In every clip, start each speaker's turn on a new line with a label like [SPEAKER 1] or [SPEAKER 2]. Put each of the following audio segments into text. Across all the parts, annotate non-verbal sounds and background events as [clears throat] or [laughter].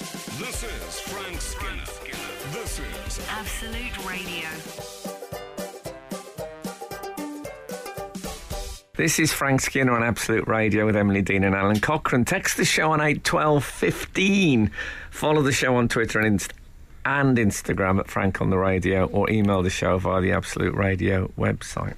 [SPEAKER 1] This is Frank Skinner. This is
[SPEAKER 2] Absolute Radio.
[SPEAKER 3] This is Frank Skinner on Absolute Radio with Emily Dean and Alan Cochrane. Text the show on 81215. Follow the show on Twitter and, Inst- and Instagram at Frank on the Radio or email the show via the Absolute Radio website.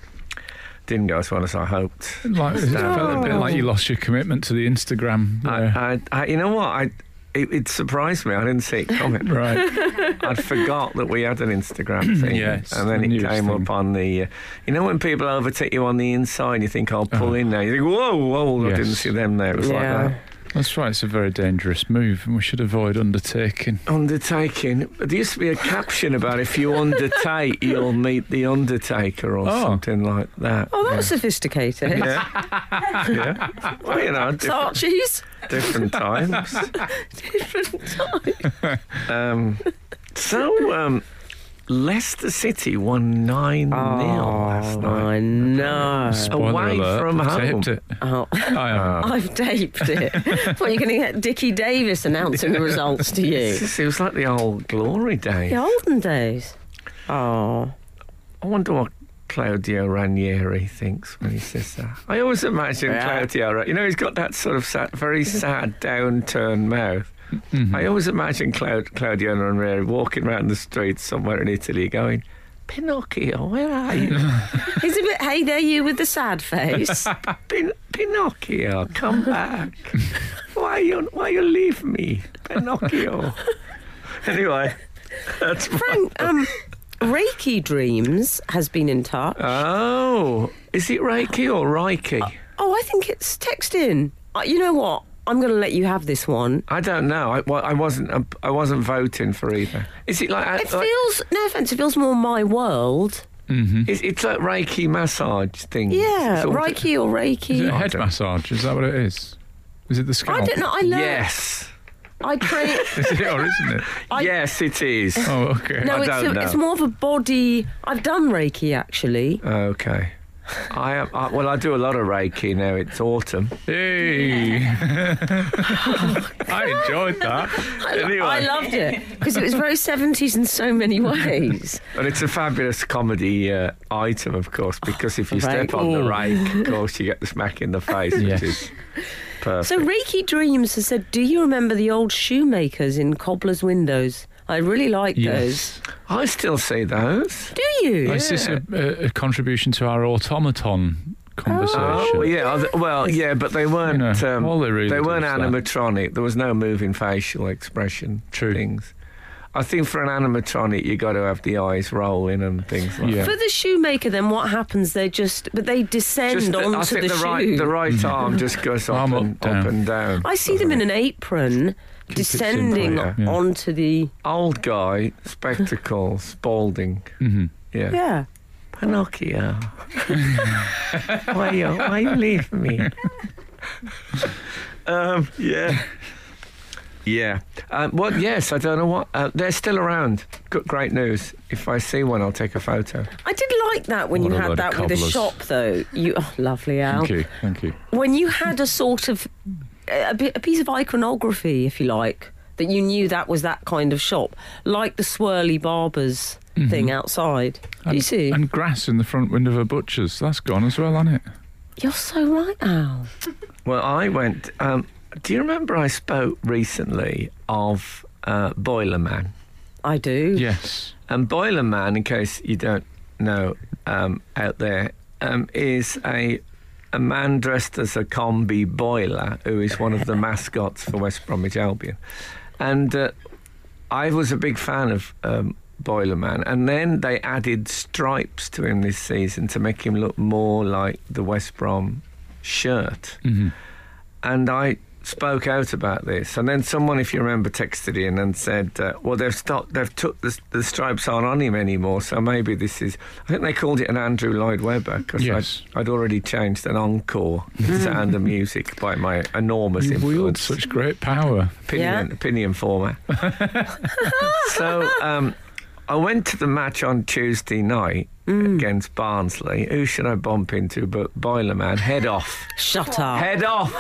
[SPEAKER 3] Didn't go as well as I hoped. Oh.
[SPEAKER 4] Like, it felt a bit like
[SPEAKER 5] Oh.
[SPEAKER 4] you lost your commitment to the Instagram. there.
[SPEAKER 3] I, I, I, you know what? I, it, it surprised me. I didn't see it coming. [laughs]
[SPEAKER 4] right.
[SPEAKER 3] I'd forgot that we had an
[SPEAKER 4] [clears throat]
[SPEAKER 3] Instagram thing.
[SPEAKER 4] Yes,
[SPEAKER 3] and then
[SPEAKER 4] the
[SPEAKER 3] it
[SPEAKER 4] news
[SPEAKER 3] came
[SPEAKER 4] thing.
[SPEAKER 3] up on the. Uh, you know when people overtake you on the inside, you think I'll pull in there. You think, whoa, whoa! I
[SPEAKER 4] Uh-huh. Yes.
[SPEAKER 3] didn't see them there. It was
[SPEAKER 5] Yeah.
[SPEAKER 3] like
[SPEAKER 4] That's right. It's a very dangerous move, and we should avoid undertaking.
[SPEAKER 3] that. Undertaking. There used to be a caption about if you undertake, you'll meet the undertaker or
[SPEAKER 4] Oh.
[SPEAKER 3] something like that.
[SPEAKER 5] Oh, that was sophisticated. [laughs]
[SPEAKER 3] yeah. yeah. Well, you know, diff-
[SPEAKER 5] Archie's.
[SPEAKER 3] different times.
[SPEAKER 5] [laughs] Different time.
[SPEAKER 3] [laughs] Um, so, um, Leicester City won 9 0 last
[SPEAKER 5] Oh,
[SPEAKER 3] night.
[SPEAKER 5] I know.
[SPEAKER 4] Spoiler
[SPEAKER 3] Away
[SPEAKER 4] alert,
[SPEAKER 3] from
[SPEAKER 4] I've
[SPEAKER 3] home. Uh,
[SPEAKER 4] taped it.
[SPEAKER 5] Oh, [laughs]
[SPEAKER 4] I am.
[SPEAKER 5] I've
[SPEAKER 3] [laughs]
[SPEAKER 5] taped it. what, you're going to get Dickie Davis announcing the results to you?
[SPEAKER 3] It's- It was like the old glory days.
[SPEAKER 5] The olden days. Oh.
[SPEAKER 3] I wonder what Claudio Ranieri thinks when he says that. I always imagine
[SPEAKER 5] Yeah.
[SPEAKER 3] Claudio, Ra- you know, he's got that sort of sad, very sad, downturned mouth. I always imagine Claud- Claudio Ranieri walking around the streets somewhere in Italy going, Pinocchio, where are you?
[SPEAKER 5] He's a bit, hey there, you with the
[SPEAKER 3] [laughs]
[SPEAKER 5] sad face.
[SPEAKER 3] Pin- Pinocchio, come back. why you why you leave me? Pinocchio. anyway, that's my-
[SPEAKER 5] Frank, um, Reiki Dreams has been in touch.
[SPEAKER 3] Oh, is it Reiki or Reiki?
[SPEAKER 5] oh, I think it's texting. Uh, you know what? I'm going to let you have this one.
[SPEAKER 3] I don't know. I, well, I wasn't. um, I wasn't voting for either. Is it like? uh,
[SPEAKER 5] It
[SPEAKER 3] like-
[SPEAKER 5] feels, no offence, it feels more my world.
[SPEAKER 3] it's, it's like Reiki massage thing.
[SPEAKER 5] Yeah,
[SPEAKER 3] sort of-
[SPEAKER 5] Reiki or Reiki.
[SPEAKER 4] Is
[SPEAKER 3] [laughs]
[SPEAKER 4] it a
[SPEAKER 3] I
[SPEAKER 4] head
[SPEAKER 3] don't-
[SPEAKER 4] massage? Is that what it is? Is it the scalp?
[SPEAKER 3] Oh.
[SPEAKER 5] I don't know. I learned.
[SPEAKER 3] Yes. [laughs]
[SPEAKER 5] I train.
[SPEAKER 4] Is it or isn't
[SPEAKER 5] [laughs]
[SPEAKER 4] it?
[SPEAKER 5] I-
[SPEAKER 3] yes, it is.
[SPEAKER 4] Oh, okay.
[SPEAKER 5] No,
[SPEAKER 3] I
[SPEAKER 5] it's,
[SPEAKER 3] don't
[SPEAKER 5] a, it's
[SPEAKER 3] know.
[SPEAKER 5] more of a body. I've done Reiki actually.
[SPEAKER 3] Okay. I, am, I well, I do a lot of Reiki now. It's autumn.
[SPEAKER 4] Hey. [laughs] I enjoyed that.
[SPEAKER 3] Anyway,
[SPEAKER 5] I loved it because it was very 70s in
[SPEAKER 3] [laughs]
[SPEAKER 5] so many ways.
[SPEAKER 3] and it's a fabulous comedy uh, item, of course, because if you step
[SPEAKER 5] Right.
[SPEAKER 3] on the
[SPEAKER 4] Ooh.
[SPEAKER 3] Reiki, of course, you get the smack in the face, which
[SPEAKER 4] Yes.
[SPEAKER 3] is perfect.
[SPEAKER 5] so Reiki Dreams has said, "Do you remember the old shoemakers in cobblers' windows? I really like
[SPEAKER 4] Yes.
[SPEAKER 3] I still see those.
[SPEAKER 5] those. Do you?
[SPEAKER 4] Is this a, a, a contribution to our automaton conversation?
[SPEAKER 3] Oh yeah, other- well yeah, but they weren't.
[SPEAKER 4] You know,
[SPEAKER 3] um,
[SPEAKER 4] all they really
[SPEAKER 3] they
[SPEAKER 4] did
[SPEAKER 3] weren't
[SPEAKER 4] was that.
[SPEAKER 3] animatronic. There was no moving facial expression.
[SPEAKER 4] True.
[SPEAKER 3] things. I think for an animatronic, you got to have the eyes rolling and things like.
[SPEAKER 4] Yeah.
[SPEAKER 5] For the shoemaker, then what happens? They just, but they
[SPEAKER 3] that.
[SPEAKER 5] descend
[SPEAKER 3] Just the,
[SPEAKER 5] onto
[SPEAKER 3] I think the,
[SPEAKER 5] shoe.
[SPEAKER 3] right the
[SPEAKER 4] [laughs]
[SPEAKER 3] right arm just goes up,
[SPEAKER 4] Arm up,
[SPEAKER 3] and, up
[SPEAKER 4] down.
[SPEAKER 3] and down.
[SPEAKER 5] I see them in an apron,
[SPEAKER 4] it simple,
[SPEAKER 5] descending
[SPEAKER 3] yeah.
[SPEAKER 4] Yeah.
[SPEAKER 5] onto the
[SPEAKER 3] Old guy,
[SPEAKER 4] [laughs]
[SPEAKER 3] spectacles, balding.
[SPEAKER 4] Mhm.
[SPEAKER 3] Yeah.
[SPEAKER 5] yeah.
[SPEAKER 3] Pinocchio. why you why you leave me? um, yeah. Yeah. Um, well, yes, I don't know what. Uh, they're still around. Good, great news. If I see one, I'll take a photo.
[SPEAKER 5] I did like that when
[SPEAKER 4] What
[SPEAKER 5] you
[SPEAKER 4] a
[SPEAKER 5] had
[SPEAKER 4] load of
[SPEAKER 5] that with the
[SPEAKER 4] cobblers.
[SPEAKER 5] shop, though. You oh, lovely, Al.
[SPEAKER 4] Thank you. Thank you.
[SPEAKER 5] When you had a sort of a, bit- a piece of iconography, if you like, that you knew that was that kind of shop, like the swirly barbers thing outside. Do you
[SPEAKER 4] Mm-hmm. And-
[SPEAKER 5] see?
[SPEAKER 4] And grass in the front window of a butcher's. That's gone as well, hasn't it?
[SPEAKER 5] You're so right, Al.
[SPEAKER 3] Well, I went. Um, do you remember I spoke recently of uh, Boilerman?
[SPEAKER 5] I do.
[SPEAKER 4] [laughs] Yes.
[SPEAKER 3] And Boiler Man, in case you don't know um, out there, um, is a a man dressed as a combi boiler who is one of the mascots for West Bromwich Albion. And uh, I was a big fan of um, Boiler Man. And then they added stripes to him this season to make him look more like the West Brom shirt
[SPEAKER 4] Mm-hmm.
[SPEAKER 3] and I spoke out about this. And then someone, if you remember, texted in and said, uh, "Well, they've stopped. They've took the, the stripes aren't on him anymore. So maybe this is. I think they called it an Andrew Lloyd Webber because
[SPEAKER 4] Yes. Mm.
[SPEAKER 3] I'd, I'd already changed an encore to Sound of Music by my enormous
[SPEAKER 4] You wield
[SPEAKER 3] influence
[SPEAKER 4] such great power.
[SPEAKER 3] [laughs] opinion,
[SPEAKER 5] Yeah.
[SPEAKER 3] opinion
[SPEAKER 5] [laughs]
[SPEAKER 3] former. so um, I went to the match on Tuesday night
[SPEAKER 5] Mm.
[SPEAKER 3] against
[SPEAKER 5] [laughs]
[SPEAKER 3] Barnsley. Who should I bump into but Boilerman? Head off.
[SPEAKER 5] Shut up.
[SPEAKER 3] Head off.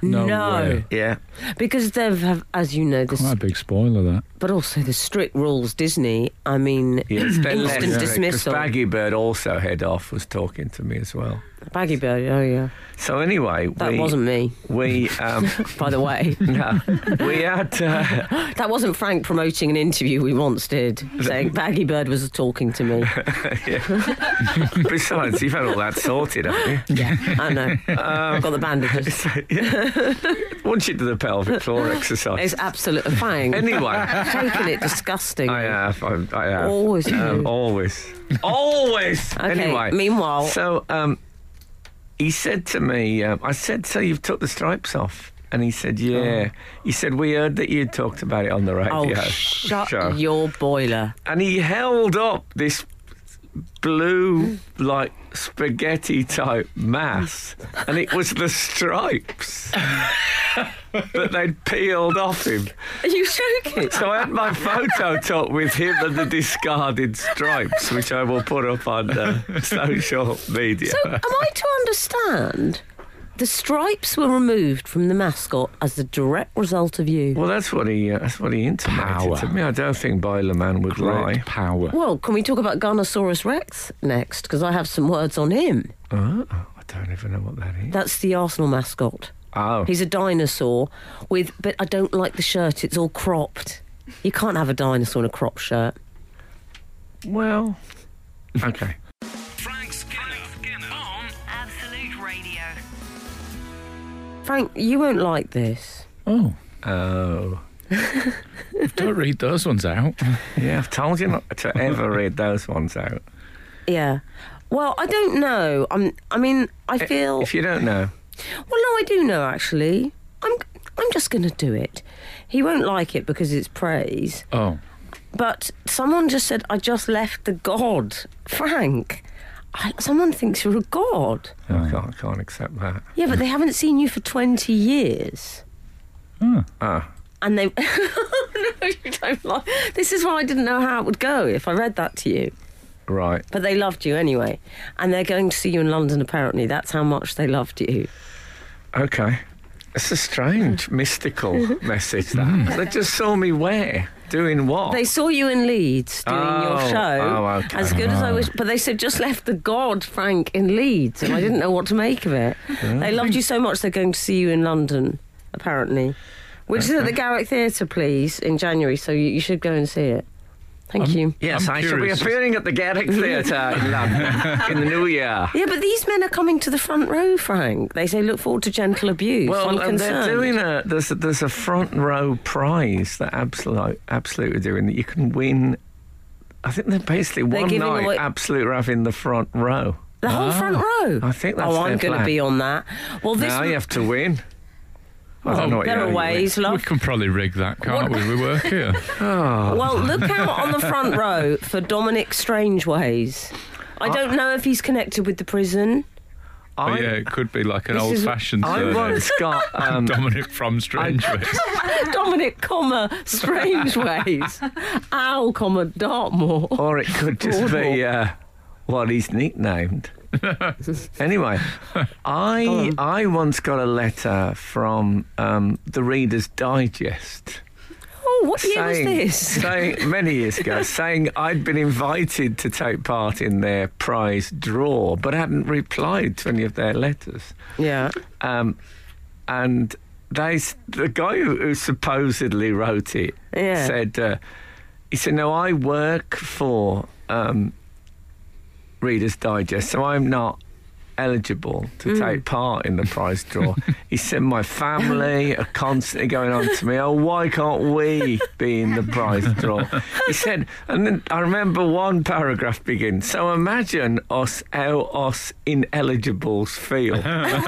[SPEAKER 4] No,
[SPEAKER 5] No.
[SPEAKER 4] way.
[SPEAKER 3] Yeah.
[SPEAKER 5] because they've, have, as you know,
[SPEAKER 4] Quite a
[SPEAKER 5] this,
[SPEAKER 4] big spoiler, that.
[SPEAKER 5] but also the strict rules. Disney. I mean,
[SPEAKER 3] yeah it's been less
[SPEAKER 5] Instant
[SPEAKER 3] strict, 'cause
[SPEAKER 5] dismissal.
[SPEAKER 3] Baggy Bird also head off was talking to me as well.
[SPEAKER 5] Baggy Bird. Oh yeah,
[SPEAKER 3] So anyway,
[SPEAKER 5] that
[SPEAKER 3] we
[SPEAKER 5] wasn't me,
[SPEAKER 3] we
[SPEAKER 5] [laughs]
[SPEAKER 3] um,
[SPEAKER 5] by
[SPEAKER 4] [laughs]
[SPEAKER 5] the way.
[SPEAKER 3] no, we had uh, [laughs]
[SPEAKER 5] that wasn't Frank promoting an interview we once did,
[SPEAKER 3] [laughs]
[SPEAKER 5] saying Baggy Bird was talking to me.
[SPEAKER 3] besides you've had all that sorted, haven't you? [laughs]
[SPEAKER 5] yeah, I know.
[SPEAKER 3] Um,
[SPEAKER 5] I've got the bandages.
[SPEAKER 3] So, yeah. Once you do the pelvic floor exercise.
[SPEAKER 5] It's absolute fang. [laughs]
[SPEAKER 3] Anyway,
[SPEAKER 5] Taking it
[SPEAKER 3] [laughs]
[SPEAKER 5] disgusting.
[SPEAKER 3] I uh, have. I, I have.
[SPEAKER 5] Always
[SPEAKER 3] Um,
[SPEAKER 5] do. [laughs]
[SPEAKER 3] always. always.
[SPEAKER 5] Okay.
[SPEAKER 3] Anyway.
[SPEAKER 5] Meanwhile,
[SPEAKER 3] So um, he said to me, um, I said, so you've took the stripes off? And he said, yeah. He said, we heard that you talked about it on the radio. [laughs]
[SPEAKER 5] oh, shut
[SPEAKER 3] show."
[SPEAKER 5] your boiler.
[SPEAKER 3] and he held up this blue, like, spaghetti-type mass, and it was the
[SPEAKER 5] [laughs]
[SPEAKER 3] stripes. that they'd peeled off him.
[SPEAKER 5] Are you joking?
[SPEAKER 3] So I had my photo took with him and the discarded stripes, which I will put up on uh, social media.
[SPEAKER 5] So, am I to understand the stripes were removed from the mascot as the direct result of you?
[SPEAKER 3] Well, that's what he uh, that's what he intimated
[SPEAKER 4] Power.
[SPEAKER 3] to me. I don't think Boiler Man would
[SPEAKER 4] Great
[SPEAKER 3] lie.
[SPEAKER 4] power.
[SPEAKER 5] Well, can we talk about Garnosaurus Rex next? Because I have some words on him.
[SPEAKER 3] Oh, I don't even know what that is.
[SPEAKER 5] That's the Arsenal mascot.
[SPEAKER 3] Oh,
[SPEAKER 5] He's a dinosaur with, but I don't like the shirt. It's all cropped. You can't have a dinosaur in a crop shirt.
[SPEAKER 3] well, okay.
[SPEAKER 1] Frank Skinner, on
[SPEAKER 2] Absolute Radio.
[SPEAKER 5] Frank, you won't like this.
[SPEAKER 4] Oh,
[SPEAKER 3] Oh,
[SPEAKER 4] don't read those ones out.
[SPEAKER 3] yeah. I've told you not to ever read those ones out.
[SPEAKER 5] Yeah. Well, I don't know. I'm. I mean, I feel.
[SPEAKER 3] If you don't know,
[SPEAKER 5] Well, no, I do know actually. I'm. I'm just going to do it. He won't like it because it's praise.
[SPEAKER 4] Oh,
[SPEAKER 5] But someone just said, "I just left the god, Frank." I, someone thinks you're a god.
[SPEAKER 3] I can't can't accept that.
[SPEAKER 5] Yeah, but they haven't seen you for twenty years.
[SPEAKER 3] Oh,
[SPEAKER 5] and they [laughs] no you don't like this is why i didn't know how it would go if i read that to you
[SPEAKER 3] right.
[SPEAKER 5] but they loved you anyway and they're going to see you in london apparently that's how much they loved you
[SPEAKER 3] Okay. It's a strange mystical
[SPEAKER 5] Mm-hmm.
[SPEAKER 3] message that they just saw me where doing what.
[SPEAKER 5] Mm. they saw you in leeds doing
[SPEAKER 3] Oh,
[SPEAKER 5] your show
[SPEAKER 3] oh, okay.
[SPEAKER 5] as good as i wish but they said just left the god frank in leeds and i didn't know what to make of it they loved you so much they're going to see you in london apparently which is at the garrick theatre please in january so you, you should go and see it thank
[SPEAKER 4] Um,
[SPEAKER 5] you
[SPEAKER 3] Yes,
[SPEAKER 4] I'm
[SPEAKER 3] i
[SPEAKER 4] curious.
[SPEAKER 3] shall be appearing at the Garrick
[SPEAKER 5] [laughs]
[SPEAKER 3] Theatre in London in the new year.
[SPEAKER 5] Yeah, but these men are coming to the front row, Frank. They say, look forward to gentle abuse. I'm
[SPEAKER 3] and um, they're
[SPEAKER 5] concerned.
[SPEAKER 3] doing a there's a, there's a front row prize that absolute absolutely doing that you can win. I think they're basically
[SPEAKER 5] They're
[SPEAKER 3] one
[SPEAKER 5] giving
[SPEAKER 3] night
[SPEAKER 5] away-
[SPEAKER 3] absolute rough in the front row.
[SPEAKER 5] the whole front row.
[SPEAKER 3] Ah. I think that's
[SPEAKER 5] Oh,
[SPEAKER 3] their
[SPEAKER 5] I'm going to
[SPEAKER 3] plan.
[SPEAKER 5] be on that. Well, this
[SPEAKER 3] now you have to win. I don't know what
[SPEAKER 5] there
[SPEAKER 3] you
[SPEAKER 5] are
[SPEAKER 3] mean.
[SPEAKER 5] ways,
[SPEAKER 4] we
[SPEAKER 5] love.
[SPEAKER 4] can probably rig that, can't
[SPEAKER 5] What-
[SPEAKER 4] we?
[SPEAKER 3] [laughs]
[SPEAKER 4] We work here.
[SPEAKER 5] Well, look out on the front row for Dominic Strangeways. I don't know if he's connected with the prison. [laughs]
[SPEAKER 3] I,
[SPEAKER 4] But Oh, yeah, it could be like an
[SPEAKER 5] This
[SPEAKER 4] old
[SPEAKER 5] is-
[SPEAKER 4] fashioned
[SPEAKER 3] I
[SPEAKER 4] surname.
[SPEAKER 3] once got
[SPEAKER 5] [laughs]
[SPEAKER 3] um,
[SPEAKER 4] Dominic from
[SPEAKER 3] [laughs]
[SPEAKER 4] Strangeways.
[SPEAKER 5] Dominic, comma Strangeways. Ow, comma Dartmoor.
[SPEAKER 3] or it could
[SPEAKER 5] [laughs]
[SPEAKER 3] just be uh, what he's nicknamed. anyway, I I once got a letter from um, the Reader's Digest.
[SPEAKER 5] Oh, what year was this?
[SPEAKER 3] [laughs] saying many years
[SPEAKER 5] [laughs]
[SPEAKER 3] ago, saying I'd been invited to take part in their prize draw, but hadn't replied to any of their letters.
[SPEAKER 5] Yeah.
[SPEAKER 3] Um, and they, s- the guy who, who supposedly wrote it
[SPEAKER 5] Yeah.
[SPEAKER 3] said, uh, he said, no, I work for um, Reader's Digest, so I'm not eligible to take part in the prize draw. he said, my family are constantly going on to me, oh, why can't we be in the prize draw? he said, and then I remember one paragraph begins, so imagine us, how us ineligibles feel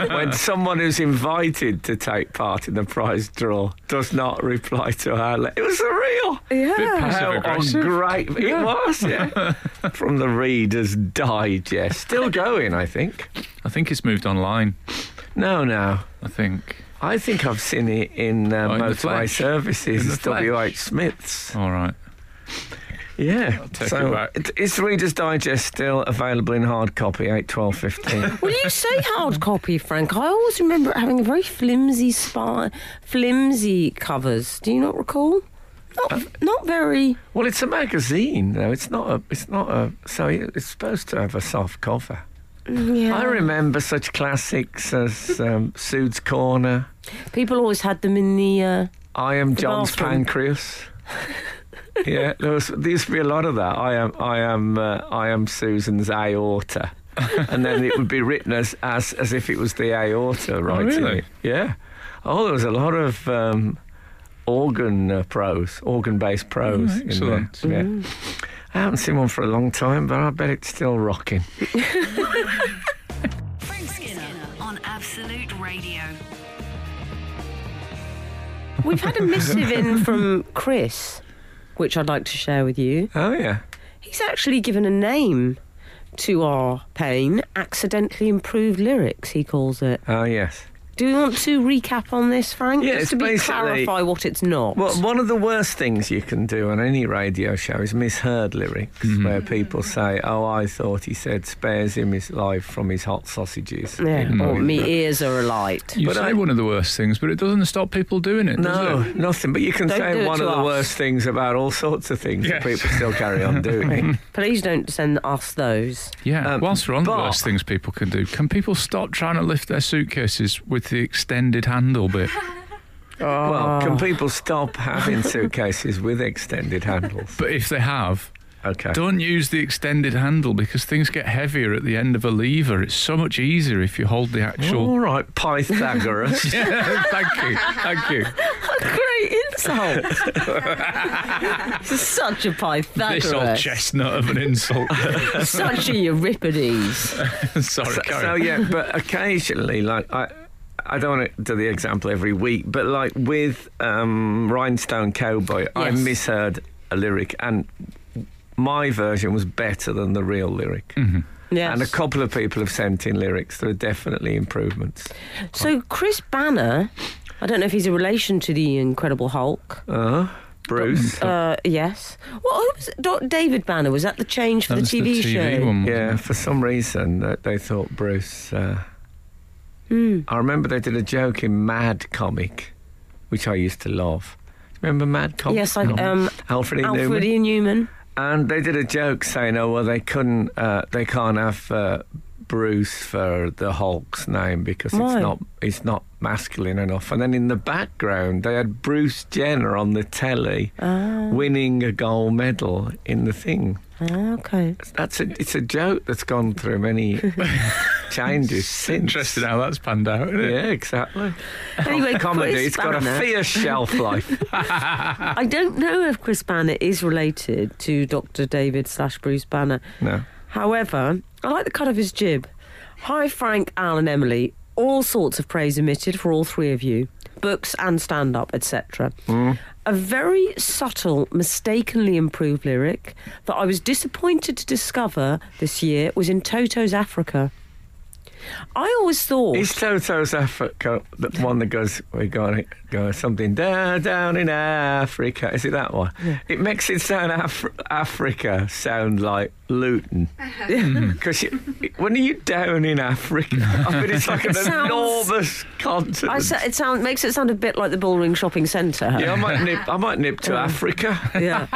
[SPEAKER 3] when someone who's invited to take part in the prize draw does not reply to our letter. It was surreal.
[SPEAKER 5] Yeah.
[SPEAKER 4] passive
[SPEAKER 3] How
[SPEAKER 4] aggressive.
[SPEAKER 3] great it was,
[SPEAKER 4] [laughs]
[SPEAKER 3] yeah. From the Reader's Digest. Still going, I think.
[SPEAKER 4] I think it's moved online.
[SPEAKER 3] No, no.
[SPEAKER 4] I think.
[SPEAKER 3] I think I've seen it in, uh,
[SPEAKER 4] Oh, in the
[SPEAKER 3] Motorway
[SPEAKER 4] flesh. In
[SPEAKER 3] Services,
[SPEAKER 4] the
[SPEAKER 3] W.H. Smith's.
[SPEAKER 4] All right.
[SPEAKER 3] Yeah.
[SPEAKER 4] take it
[SPEAKER 3] so
[SPEAKER 4] back.
[SPEAKER 3] it, is Reader's Digest still available in hard copy, 8, 12,
[SPEAKER 4] [laughs]
[SPEAKER 3] 15?
[SPEAKER 5] Will you say hard copy, Frank? I always remember it having very flimsy spy, flimsy covers. Do you not recall? Not, not very.
[SPEAKER 3] well, it's a magazine, though. It's not a. It's not a. So it- it's supposed to have a soft cover.
[SPEAKER 5] Yeah.
[SPEAKER 3] I remember such classics as um, Sude's Corner,
[SPEAKER 5] People always had them in the. Uh,
[SPEAKER 3] I Am John's
[SPEAKER 4] [laughs]
[SPEAKER 5] bathroom.
[SPEAKER 3] Pancreas. yeah, there, was, there used to be a lot of that. I am, I am, uh, I am Susan's aorta, and then it would be written as as, as if it was the aorta writing
[SPEAKER 4] Oh, really?
[SPEAKER 3] it. Yeah. Oh, there was a lot of um, organ uh, prose, organ-based prose.
[SPEAKER 4] Oh,
[SPEAKER 3] in
[SPEAKER 4] excellent. Mm-hmm.
[SPEAKER 3] there. Yeah. I haven't seen one for a long time, but I bet it's still rocking.
[SPEAKER 2] Frank Skinner on Absolute Radio.
[SPEAKER 5] we've had a missive in from Chris, which I'd like to share with you.
[SPEAKER 3] Oh yeah.
[SPEAKER 5] He's actually given a name to our pain, accidentally improved lyrics, he calls it.
[SPEAKER 3] Oh yes.
[SPEAKER 5] Do you want to recap on this, Frank?
[SPEAKER 3] Yeah,
[SPEAKER 5] Just
[SPEAKER 3] it's
[SPEAKER 5] to be
[SPEAKER 3] basically-
[SPEAKER 5] clarify what it's not.
[SPEAKER 3] Well, one of the worst things you can do on any radio show is misheard lyrics,
[SPEAKER 4] Mm-hmm.
[SPEAKER 3] where people say, "Oh, I thought he said spares him his life from his hot sausages."
[SPEAKER 5] yeah,
[SPEAKER 3] You know,
[SPEAKER 5] or
[SPEAKER 3] I
[SPEAKER 5] me
[SPEAKER 3] mean,
[SPEAKER 5] ears are alight.
[SPEAKER 4] You
[SPEAKER 3] But
[SPEAKER 4] say
[SPEAKER 3] I-
[SPEAKER 4] one of the worst things, but it doesn't stop people doing it.
[SPEAKER 3] No,
[SPEAKER 4] does it?
[SPEAKER 3] nothing. But you can
[SPEAKER 5] Don't do
[SPEAKER 3] say
[SPEAKER 5] it
[SPEAKER 3] one
[SPEAKER 5] to
[SPEAKER 3] of the
[SPEAKER 5] us.
[SPEAKER 3] worst things about all sorts of things
[SPEAKER 4] Yes.
[SPEAKER 3] that people still carry on
[SPEAKER 4] [laughs]
[SPEAKER 3] doing.
[SPEAKER 5] Please don't send us those.
[SPEAKER 4] Yeah.
[SPEAKER 3] Um,
[SPEAKER 4] Whilst we're on the
[SPEAKER 3] but-
[SPEAKER 4] worst things people can do, can people stop trying to lift their suitcases with the extended
[SPEAKER 3] [laughs]
[SPEAKER 4] handle bit?
[SPEAKER 3] Well,
[SPEAKER 5] Ah.
[SPEAKER 3] can people stop having suitcases with extended
[SPEAKER 4] [laughs]
[SPEAKER 3] handles?
[SPEAKER 4] But if they have,
[SPEAKER 3] Okay.
[SPEAKER 4] don't use the extended handle because things get heavier at the end of a lever. It's so much easier if you hold the
[SPEAKER 3] All
[SPEAKER 4] [laughs] actual.
[SPEAKER 3] right, Pythagoras.
[SPEAKER 4] Yeah, thank you, thank you.
[SPEAKER 5] Great insult. This is such a Pythagoras.
[SPEAKER 4] This old chestnut of
[SPEAKER 3] [laughs]
[SPEAKER 4] an insult. [laughs]
[SPEAKER 5] Such a Euripides.
[SPEAKER 4] Sorry,
[SPEAKER 3] So,
[SPEAKER 4] carry
[SPEAKER 3] so
[SPEAKER 4] on.
[SPEAKER 3] yeah, but occasionally, like I, I don't want to do the example every week, but like with um, Rhinestone Cowboy, I
[SPEAKER 5] Yes.
[SPEAKER 3] misheard a lyric, and my version was better than the real lyric.
[SPEAKER 5] Yes.
[SPEAKER 3] And a couple of people have sent in lyrics. There are definitely improvements.
[SPEAKER 5] so Chris Banner, I don't know if he's a relation to the Incredible Hulk.
[SPEAKER 3] Uh, Bruce.
[SPEAKER 5] Uh, yes. Well, who was Do- David Banner? Was that the change for
[SPEAKER 4] That
[SPEAKER 5] the
[SPEAKER 4] was
[SPEAKER 5] TV, show?
[SPEAKER 4] one. wasn't
[SPEAKER 3] yeah,
[SPEAKER 4] it?
[SPEAKER 3] for some reason uh, they thought Bruce. Uh,
[SPEAKER 5] Hmm.
[SPEAKER 3] I remember they did a joke in Mad Comic, which I used to love. Remember Mad Comic?
[SPEAKER 5] Yes, I- um,
[SPEAKER 3] Alfred E. Newman.
[SPEAKER 5] Alfred E. Newman.
[SPEAKER 3] And they did a joke saying, "Oh well, they couldn't, uh, they can't have uh, Bruce for the Hulk's name because
[SPEAKER 5] Why?
[SPEAKER 3] it's not, it's not masculine enough." And then in the background, they had Bruce Jenner on the telly winning a gold medal in the thing.
[SPEAKER 5] Ah, okay.
[SPEAKER 3] That's a, it's a joke that's gone through
[SPEAKER 4] [laughs]
[SPEAKER 3] many changes since.
[SPEAKER 4] Interesting how that's panned out. Isn't it?
[SPEAKER 3] Yeah, exactly.
[SPEAKER 5] Anyway,
[SPEAKER 3] Oh, Comedy.
[SPEAKER 5] Chris
[SPEAKER 3] It's got
[SPEAKER 5] Banner.
[SPEAKER 3] a fierce
[SPEAKER 5] [laughs]
[SPEAKER 3] shelf life.
[SPEAKER 5] I don't know if Chris Banner is related to Dr. David slash Bruce Banner.
[SPEAKER 3] no.
[SPEAKER 5] However, I like the cut of his jib. Hi, Frank, Al, and Emily. All sorts of praise emitted for all three of you books and stand up, etc. A very subtle, mistakenly improved lyric that I was disappointed to discover this year was in Toto's Africa. I always thought.
[SPEAKER 3] Is Toto's Africa the one that goes, we got it, go something da, down in Africa? Is it that one? It makes it sound Af- Africa sound like Luton.
[SPEAKER 5] Uh-huh.
[SPEAKER 3] [laughs] Because when are you down in
[SPEAKER 4] [laughs]
[SPEAKER 3] Africa? I mean, it's like an
[SPEAKER 5] Sounds-
[SPEAKER 3] enormous continent.
[SPEAKER 5] I sa- it sound, makes it sound a bit like the Bullring Shopping Centre.
[SPEAKER 3] yeah, I might nip. I might nip to Africa.
[SPEAKER 5] Yeah.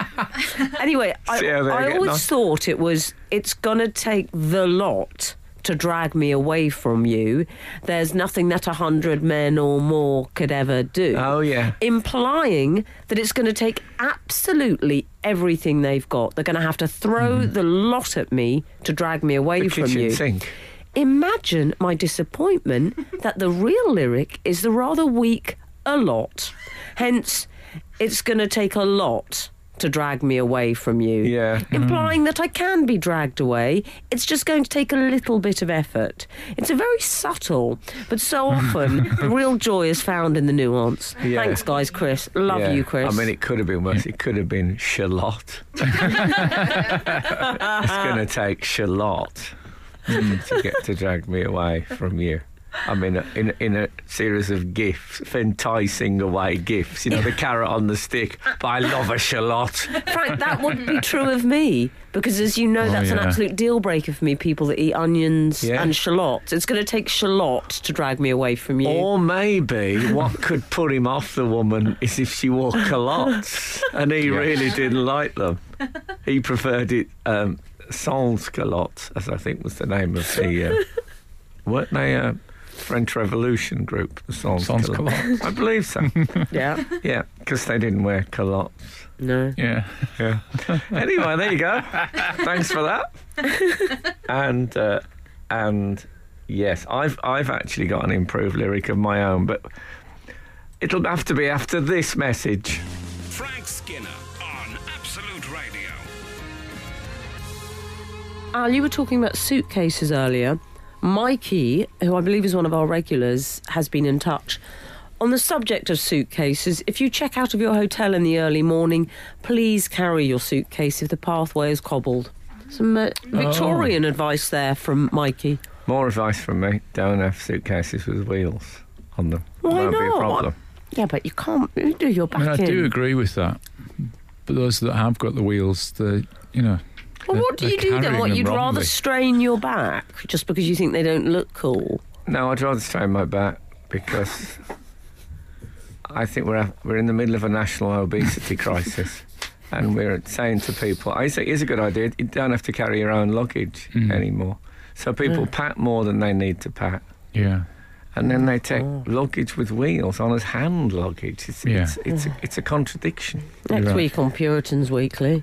[SPEAKER 5] [laughs] anyway, I,
[SPEAKER 3] See how they're
[SPEAKER 5] I
[SPEAKER 3] getting
[SPEAKER 5] always
[SPEAKER 3] on.
[SPEAKER 5] thought it was it's gonna take the lot to drag me away from you. There's nothing that a hundred men or more could ever do.
[SPEAKER 3] Oh yeah.
[SPEAKER 5] Implying that it's going to take absolutely everything they've got. They're going to have to throw the lot at me to drag me away
[SPEAKER 3] Hmm. The
[SPEAKER 5] from
[SPEAKER 3] kitchen
[SPEAKER 5] you.
[SPEAKER 3] sink.
[SPEAKER 5] Imagine my disappointment that the real lyric is the rather weak a lot. Hence, it's going to take a lot to drag me away from you.
[SPEAKER 3] Yeah. Mm-hmm.
[SPEAKER 5] Implying that I can be dragged away. It's just going to take a little bit of effort. It's a very subtle, but
[SPEAKER 3] [laughs]
[SPEAKER 5] so often the real joy is found in the nuance.
[SPEAKER 3] Yeah.
[SPEAKER 5] Thanks, guys, Chris. Love
[SPEAKER 3] Yeah.
[SPEAKER 5] you, Chris.
[SPEAKER 3] I mean, it could have been worse. It could have been
[SPEAKER 5] [laughs]
[SPEAKER 3] shallot. mm, it's going to take shallot to get to drag me away from you. I mean, in in a series of gifts, enticing away gifts. You know, the carrot on the stick. But I love a shallot.
[SPEAKER 5] Frank, that would be true of me because, as you know,
[SPEAKER 4] Oh,
[SPEAKER 5] that's an
[SPEAKER 4] yeah.
[SPEAKER 5] absolute deal breaker for me. People that eat onions
[SPEAKER 3] Yeah.
[SPEAKER 5] and shallots. It's going to take shallot to drag me away from you.
[SPEAKER 3] Or maybe what could put him off the woman is if she wore culottes, and he really didn't like them. He preferred it um, sans culottes, as I think was the name of the
[SPEAKER 4] [laughs]
[SPEAKER 3] uh, weren't they a French Revolution group? The sans,
[SPEAKER 4] Sans
[SPEAKER 3] culottes.
[SPEAKER 4] culottes.
[SPEAKER 3] I believe
[SPEAKER 4] [laughs]
[SPEAKER 3] so.
[SPEAKER 5] [laughs] yeah.
[SPEAKER 3] yeah, because they didn't wear culottes.
[SPEAKER 5] No.
[SPEAKER 4] Yeah.
[SPEAKER 3] Yeah. anyway, there you go. Thanks for that. and uh, and yes, I've I've actually got an improved lyric of my own, but it'll have to be after this message.
[SPEAKER 1] Frank Skinner on Absolute Radio.
[SPEAKER 5] Al, you were talking about suitcases earlier. Mikey, who I believe is one of our regulars, has been in touch. On the subject of suitcases, if you check out of your hotel in the early morning, please carry your suitcase if the pathway is cobbled. Some uh,
[SPEAKER 4] Oh.
[SPEAKER 5] Victorian advice there from Mikey.
[SPEAKER 3] More advice from me: don't have suitcases with wheels on them.
[SPEAKER 5] Why
[SPEAKER 3] Won't be a
[SPEAKER 5] not?
[SPEAKER 3] problem.
[SPEAKER 5] Yeah, but you can't you do your
[SPEAKER 4] I mean,
[SPEAKER 5] back
[SPEAKER 4] I
[SPEAKER 5] in.
[SPEAKER 4] do agree with that. But those that have got the wheels, the you know,
[SPEAKER 5] Well,
[SPEAKER 4] they're-
[SPEAKER 5] what do
[SPEAKER 4] they're
[SPEAKER 5] you do then?
[SPEAKER 4] carrying
[SPEAKER 5] What
[SPEAKER 4] them
[SPEAKER 5] you'd rather
[SPEAKER 4] wrongly.
[SPEAKER 5] strain your back just because you think they don't look cool?
[SPEAKER 3] No, I'd rather strain my back because I think we're we're in the middle of a national obesity crisis, and we're saying to people, "I say it's a good idea. You don't have to carry your own luggage anymore." So people pack more than they need to pack,
[SPEAKER 4] Yeah.
[SPEAKER 3] and then they take luggage with wheels on as hand luggage. It's
[SPEAKER 4] Yeah.
[SPEAKER 3] it's it's, a, it's a contradiction.
[SPEAKER 5] Next
[SPEAKER 4] right.
[SPEAKER 5] week on Puritans Weekly.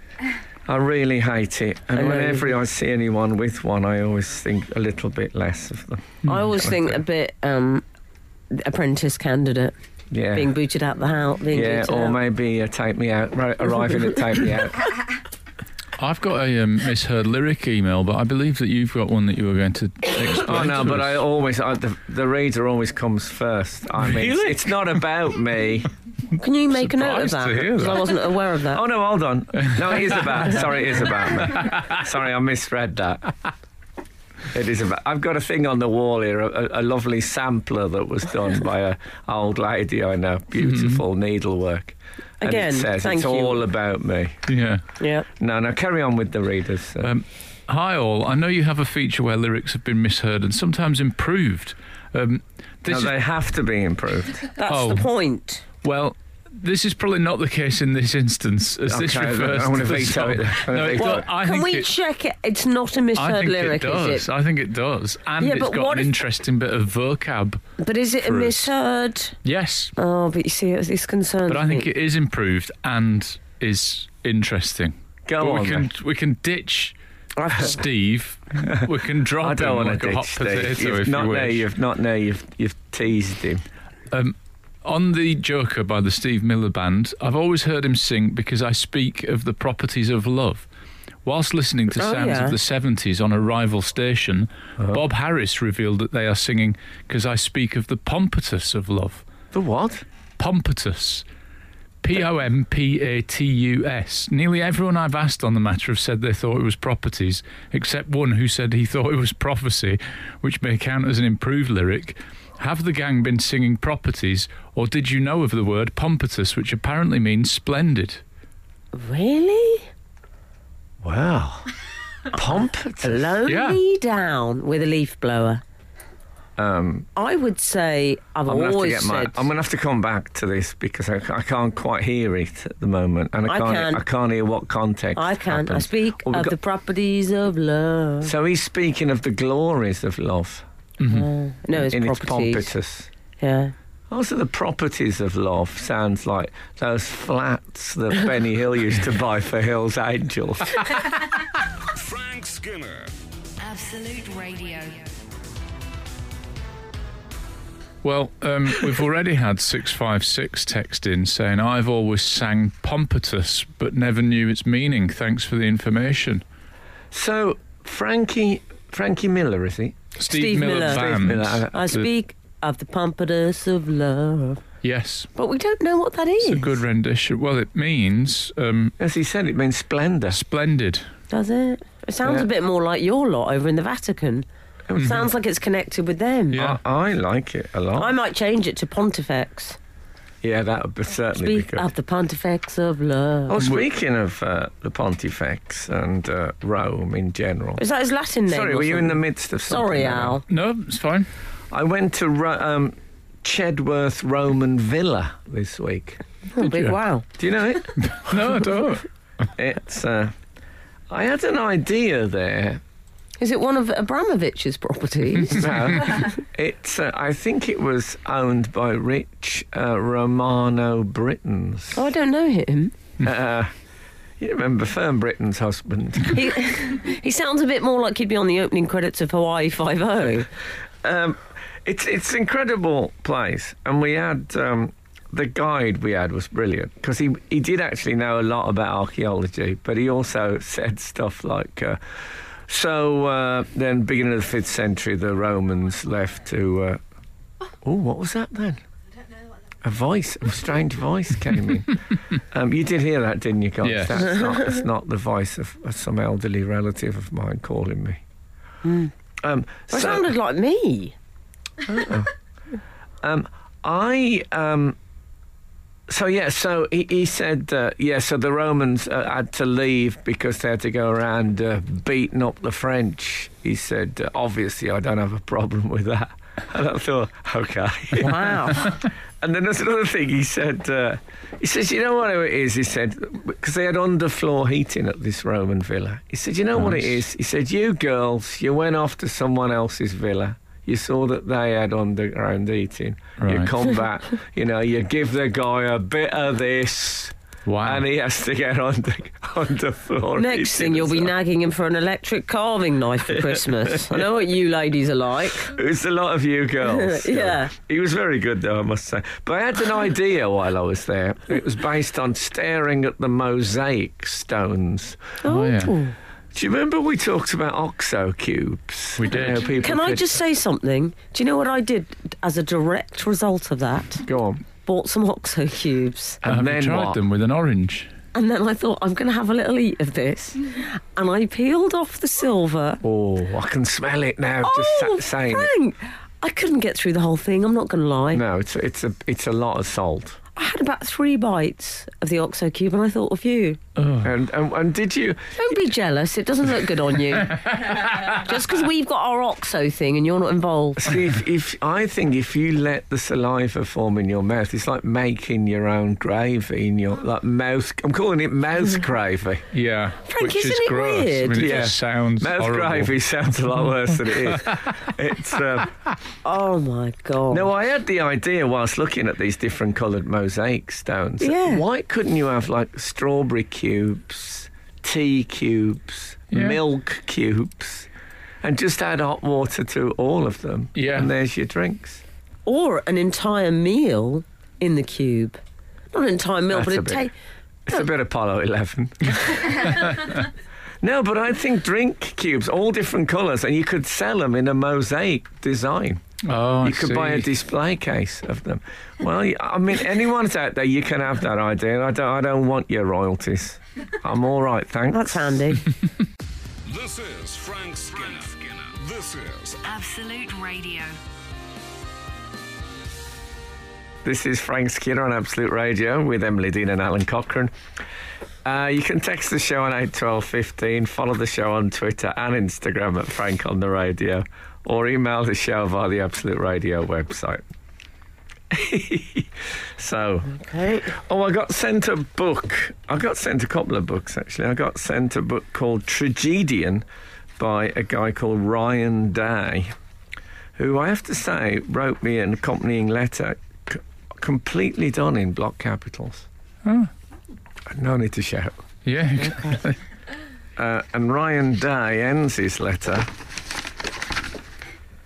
[SPEAKER 3] I really hate it,
[SPEAKER 5] I
[SPEAKER 3] and
[SPEAKER 5] know.
[SPEAKER 3] whenever I see anyone with one, I always think a little bit less of them.
[SPEAKER 4] Hmm.
[SPEAKER 5] I always think a bit um, apprentice candidate
[SPEAKER 3] Yeah.
[SPEAKER 5] being booted out the house. Being
[SPEAKER 3] yeah,
[SPEAKER 5] booted
[SPEAKER 3] or
[SPEAKER 4] oh,
[SPEAKER 5] out.
[SPEAKER 3] maybe uh, take me out, ri- arriving at take me out.
[SPEAKER 4] I've got a um, misheard lyric email, but I believe that you've got one that you were going to explain.
[SPEAKER 3] [coughs] Oh no,
[SPEAKER 4] to
[SPEAKER 3] but
[SPEAKER 4] us.
[SPEAKER 3] I always I, the, the reader always comes first. I mean, it's-
[SPEAKER 4] Really?
[SPEAKER 3] it's not about me.
[SPEAKER 5] Can you make a note of
[SPEAKER 4] Surprised
[SPEAKER 5] that?
[SPEAKER 4] to hear
[SPEAKER 5] Because I
[SPEAKER 4] that.
[SPEAKER 5] wasn't aware of that.
[SPEAKER 3] Oh no, hold on. No, it is about. Sorry, it is about me. Sorry, I misread that. It is about. I've got a thing on the wall here, a, a lovely sampler that was done by a old lady I know. Beautiful needlework. And
[SPEAKER 5] Again,
[SPEAKER 3] it says
[SPEAKER 5] thank
[SPEAKER 3] it's
[SPEAKER 5] you.
[SPEAKER 3] all about me.
[SPEAKER 4] Yeah.
[SPEAKER 5] Yeah.
[SPEAKER 3] No, no, carry on with the readers. Uh,
[SPEAKER 4] Um, hi all. I know you have a feature where lyrics have been misheard and sometimes improved. Um,
[SPEAKER 3] no,
[SPEAKER 4] this is-
[SPEAKER 3] they have to be improved.
[SPEAKER 5] That's
[SPEAKER 4] Oh.
[SPEAKER 5] the point.
[SPEAKER 4] well, this is probably not the case in this instance, as this
[SPEAKER 3] Okay,
[SPEAKER 4] refers
[SPEAKER 3] I wanna
[SPEAKER 4] to the
[SPEAKER 3] veto
[SPEAKER 4] song.
[SPEAKER 3] it. I wanna
[SPEAKER 4] No, it
[SPEAKER 3] veto
[SPEAKER 4] does-
[SPEAKER 3] it.
[SPEAKER 4] I
[SPEAKER 5] Can
[SPEAKER 4] think
[SPEAKER 5] we
[SPEAKER 4] it-
[SPEAKER 5] check it? It's not a
[SPEAKER 4] I
[SPEAKER 5] misheard
[SPEAKER 4] think
[SPEAKER 5] lyric,
[SPEAKER 4] it
[SPEAKER 5] is
[SPEAKER 4] does.
[SPEAKER 5] it?
[SPEAKER 4] I think it does, and
[SPEAKER 5] Yeah,
[SPEAKER 4] it's
[SPEAKER 5] but
[SPEAKER 4] got
[SPEAKER 5] what
[SPEAKER 4] an
[SPEAKER 5] if-
[SPEAKER 4] interesting bit of vocab.
[SPEAKER 5] But is it a
[SPEAKER 4] Fruit.
[SPEAKER 5] misheard?
[SPEAKER 4] Yes,
[SPEAKER 5] Oh, but you see, it's this concerns
[SPEAKER 4] but I think
[SPEAKER 5] me.
[SPEAKER 4] it is improved and is interesting.
[SPEAKER 3] Go
[SPEAKER 4] But
[SPEAKER 3] on.
[SPEAKER 4] we
[SPEAKER 3] then.
[SPEAKER 4] can we can ditch
[SPEAKER 3] [laughs]
[SPEAKER 4] Steve. we can drop
[SPEAKER 3] I don't
[SPEAKER 4] him
[SPEAKER 3] want
[SPEAKER 4] like
[SPEAKER 3] to
[SPEAKER 4] a hot
[SPEAKER 3] ditch
[SPEAKER 4] potato
[SPEAKER 3] Steve. You've
[SPEAKER 4] if
[SPEAKER 3] not
[SPEAKER 4] you
[SPEAKER 3] now,
[SPEAKER 4] wish.
[SPEAKER 3] you've not now, you've you've teased him.
[SPEAKER 4] Um, on the Joker by the Steve Miller Band, I've always heard him sing because I speak of the properties of love. Whilst listening to
[SPEAKER 5] Oh,
[SPEAKER 4] sounds
[SPEAKER 5] yeah.
[SPEAKER 4] of the 70s on a rival station, Bob Harris revealed that they are singing because I speak of the pompetus of love.
[SPEAKER 3] The what?
[SPEAKER 4] Pompetus. P O M P A T U S. Nearly everyone I've asked on the matter have said they thought it was properties, except one who said he thought it was prophecy, which may count as an improved lyric. Have the gang been singing properties, or did you know of the word pompetus, which apparently means splendid?
[SPEAKER 5] Really?
[SPEAKER 3] Wow. Pompous.
[SPEAKER 5] Lonely down with a leaf blower.
[SPEAKER 3] Um,
[SPEAKER 5] I would say I've
[SPEAKER 3] I'm gonna have to
[SPEAKER 5] always
[SPEAKER 3] get my.
[SPEAKER 5] said
[SPEAKER 3] I'm gonna have to come back to this because I, I can't quite hear it at the moment, and I
[SPEAKER 5] I
[SPEAKER 3] can't. I,
[SPEAKER 5] can.
[SPEAKER 3] can't hear what context.
[SPEAKER 5] I can. I
[SPEAKER 3] happens.
[SPEAKER 5] speak
[SPEAKER 3] Well, we've
[SPEAKER 5] of
[SPEAKER 3] got-
[SPEAKER 5] the properties of love.
[SPEAKER 3] So he's speaking of the glories of love
[SPEAKER 5] No, it's
[SPEAKER 3] in
[SPEAKER 5] properties.
[SPEAKER 3] its pompous.
[SPEAKER 5] yeah.
[SPEAKER 3] Also, the properties of love sounds like those flats that Benny Hill used to buy for Hill's
[SPEAKER 5] [laughs]
[SPEAKER 3] Angels.
[SPEAKER 1] Frank Skinner.
[SPEAKER 2] Absolute Radio.
[SPEAKER 4] Well, um, we've already had 656 text in saying, I've always sang pompetus, but never knew its meaning. Thanks for the information.
[SPEAKER 3] so Frankie, Frankie Miller, is he?
[SPEAKER 4] Steve,
[SPEAKER 5] Steve
[SPEAKER 4] Miller,
[SPEAKER 5] Miller.
[SPEAKER 4] Band.
[SPEAKER 3] Steve Miller,
[SPEAKER 5] I
[SPEAKER 4] The-
[SPEAKER 5] speak of the pompous of love.
[SPEAKER 4] Yes,
[SPEAKER 5] But we don't know what that is.
[SPEAKER 4] it's a good rendition. Well, it means um,
[SPEAKER 3] As he said, it means splendour.
[SPEAKER 4] splendid.
[SPEAKER 5] Does it? It
[SPEAKER 3] Yeah.
[SPEAKER 5] sounds
[SPEAKER 3] Mm-hmm.
[SPEAKER 5] a bit more like your lot over in the Vatican.
[SPEAKER 3] welcome.
[SPEAKER 5] Sounds like it's connected with them.
[SPEAKER 4] Yeah.
[SPEAKER 3] I, I like it a lot.
[SPEAKER 5] I might change it to Pontifex.
[SPEAKER 3] yeah, that would be, certainly be
[SPEAKER 5] Speak
[SPEAKER 3] good.
[SPEAKER 5] of the Pontifex of love.
[SPEAKER 3] Oh, speaking of uh, the Pontifex and uh, Rome in general.
[SPEAKER 5] Is that his Latin name?
[SPEAKER 3] Sorry,
[SPEAKER 5] or
[SPEAKER 3] were you in the
[SPEAKER 5] something?
[SPEAKER 3] midst of something?
[SPEAKER 5] Sorry,
[SPEAKER 3] there?
[SPEAKER 5] Al.
[SPEAKER 4] No, it's fine.
[SPEAKER 3] I went to Ro- um, Chedworth Roman Villa this week.
[SPEAKER 5] Oh, big
[SPEAKER 4] you?
[SPEAKER 5] wow.
[SPEAKER 3] Do you know it?
[SPEAKER 4] No, I [laughs] don't.
[SPEAKER 3] it's. Uh, I had an idea there.
[SPEAKER 5] Is it one of Abramovich's properties? [laughs]
[SPEAKER 3] No, it's. Uh, I think it was owned by rich uh, Romano Britons.
[SPEAKER 5] oh, I don't know him.
[SPEAKER 3] Uh, you remember Firm Britain's husband? [laughs]
[SPEAKER 5] He, [laughs] he sounds a bit more like he'd be on the opening credits of Hawaii Five O.
[SPEAKER 3] um, it's it's an incredible place, and we had um, the guide we had was brilliant because he he did actually know a lot about archaeology, but he also [laughs] said stuff like. Uh, so uh, then, beginning of the fifth century, the Romans left to. Uh, oh, what was that then? A voice, a strange voice came in. um, you did hear that, didn't you, guys?
[SPEAKER 4] Yes.
[SPEAKER 3] That's not, that's not the voice of of some elderly relative of mine calling me. Um,
[SPEAKER 5] It
[SPEAKER 3] so-
[SPEAKER 5] sounded like me.
[SPEAKER 3] um, I um, so yeah. So he, he said uh, yeah. So the Romans uh, had to leave because they had to go around uh, beating up the French. He said uh, obviously I don't have a problem with that. [laughs] And I thought okay.
[SPEAKER 5] Wow.
[SPEAKER 3] [laughs] And then there's another thing he said. Uh, he says, "You know what it is?" He said, "Because they had underfloor heating at this Roman villa." He said, "You know what it is?"
[SPEAKER 4] Nice.
[SPEAKER 3] He said, "You girls, you went off to someone else's villa. You saw that they had underground heating. You
[SPEAKER 4] Right.
[SPEAKER 5] [laughs]
[SPEAKER 3] come back. you know, you give the guy a bit of this."
[SPEAKER 4] Wow.
[SPEAKER 3] And he has to get on [laughs] the, on the floor.
[SPEAKER 5] Next thing, you'll be nagging him for an electric carving knife for
[SPEAKER 4] [laughs]
[SPEAKER 5] Christmas. I know what you ladies are like.
[SPEAKER 3] It was a lot of you girls.
[SPEAKER 5] [laughs] Yeah.
[SPEAKER 3] He was very good, though, I must say. But I had an idea while I was there. It was based on staring at the mosaic stones.
[SPEAKER 4] Oh, yeah.
[SPEAKER 3] Do you remember we talked about oxo cubes?
[SPEAKER 4] We did.
[SPEAKER 3] How people
[SPEAKER 5] Can I
[SPEAKER 3] could-
[SPEAKER 5] just say something? Do you know what I did as a direct result of that?
[SPEAKER 3] Go on.
[SPEAKER 5] Bought some Oxo cubes.
[SPEAKER 3] And
[SPEAKER 4] Have you
[SPEAKER 3] then
[SPEAKER 4] tried
[SPEAKER 3] what?
[SPEAKER 4] them with an orange?
[SPEAKER 5] And then I thought, I'm going to have a little eat of this. And I peeled off the silver.
[SPEAKER 3] Oh, I can smell it now.
[SPEAKER 5] oh,
[SPEAKER 3] just sa- saying it.
[SPEAKER 5] Frank! I couldn't get through the whole thing, I'm not going to lie.
[SPEAKER 3] No, it's a, it's a it's a lot of salt.
[SPEAKER 5] I had about three bites of the Oxo cube and I thought of you.
[SPEAKER 3] And, and and did you?
[SPEAKER 5] Don't be jealous, it doesn't look good
[SPEAKER 3] [laughs]
[SPEAKER 5] on you. Just because we've got our Oxo thing and you're not involved.
[SPEAKER 3] See, if, if I think if you let the saliva form in your mouth, it's like making your own gravy in your like mouth. I'm calling it mouth gravy.
[SPEAKER 4] Yeah.
[SPEAKER 5] Frank,
[SPEAKER 4] which is
[SPEAKER 5] isn't it
[SPEAKER 4] gross.
[SPEAKER 5] weird?
[SPEAKER 4] I mean, it
[SPEAKER 3] Yeah.
[SPEAKER 4] just sounds
[SPEAKER 3] Mouth
[SPEAKER 4] horrible.
[SPEAKER 3] gravy sounds a lot worse than it
[SPEAKER 4] [laughs]
[SPEAKER 3] is. it's um,
[SPEAKER 5] Oh my God.
[SPEAKER 3] no. I had the idea whilst looking at these different coloured mosaic stones.
[SPEAKER 5] Yeah.
[SPEAKER 3] Why couldn't you have like strawberry cubes, tea cubes,
[SPEAKER 4] Yeah.
[SPEAKER 3] milk cubes, and just add hot water to all of them?
[SPEAKER 4] Yeah.
[SPEAKER 3] And there's your drinks.
[SPEAKER 5] or an entire meal in the cube. Not an entire meal,
[SPEAKER 3] That's
[SPEAKER 5] but
[SPEAKER 3] a
[SPEAKER 5] it
[SPEAKER 3] bit-
[SPEAKER 5] take.
[SPEAKER 3] It's a bit Apollo 11. no, but I think drink cubes, all different colours, and you could sell them in a mosaic design.
[SPEAKER 4] Oh, I
[SPEAKER 3] you could buy a
[SPEAKER 4] see.
[SPEAKER 3] display case of them. Well, you- I mean, anyone's out there, you can have that idea. I don't, I don't want your royalties. I'm all right, thanks.
[SPEAKER 5] That's handy.
[SPEAKER 1] This is Frank Skinner. This is
[SPEAKER 2] Absolute Radio.
[SPEAKER 3] This is Frank Skinner on Absolute Radio with Emily Dean and Alan Cochrane. Uh, you can text the show on 81215, follow the show on Twitter and Instagram at Frank on the Radio, or email the show via the Absolute Radio website. [laughs] so,
[SPEAKER 5] okay.
[SPEAKER 3] oh, I got sent a book. I got sent a couple of books, actually. I got sent a book called Tragedian by a guy called Ryan Day who I have to say wrote me an accompanying letter c- completely done in block capitals.
[SPEAKER 4] Oh.
[SPEAKER 3] No need to shout.
[SPEAKER 4] [laughs] Yeah.
[SPEAKER 3] Uh, and Ryan Day ends his letter.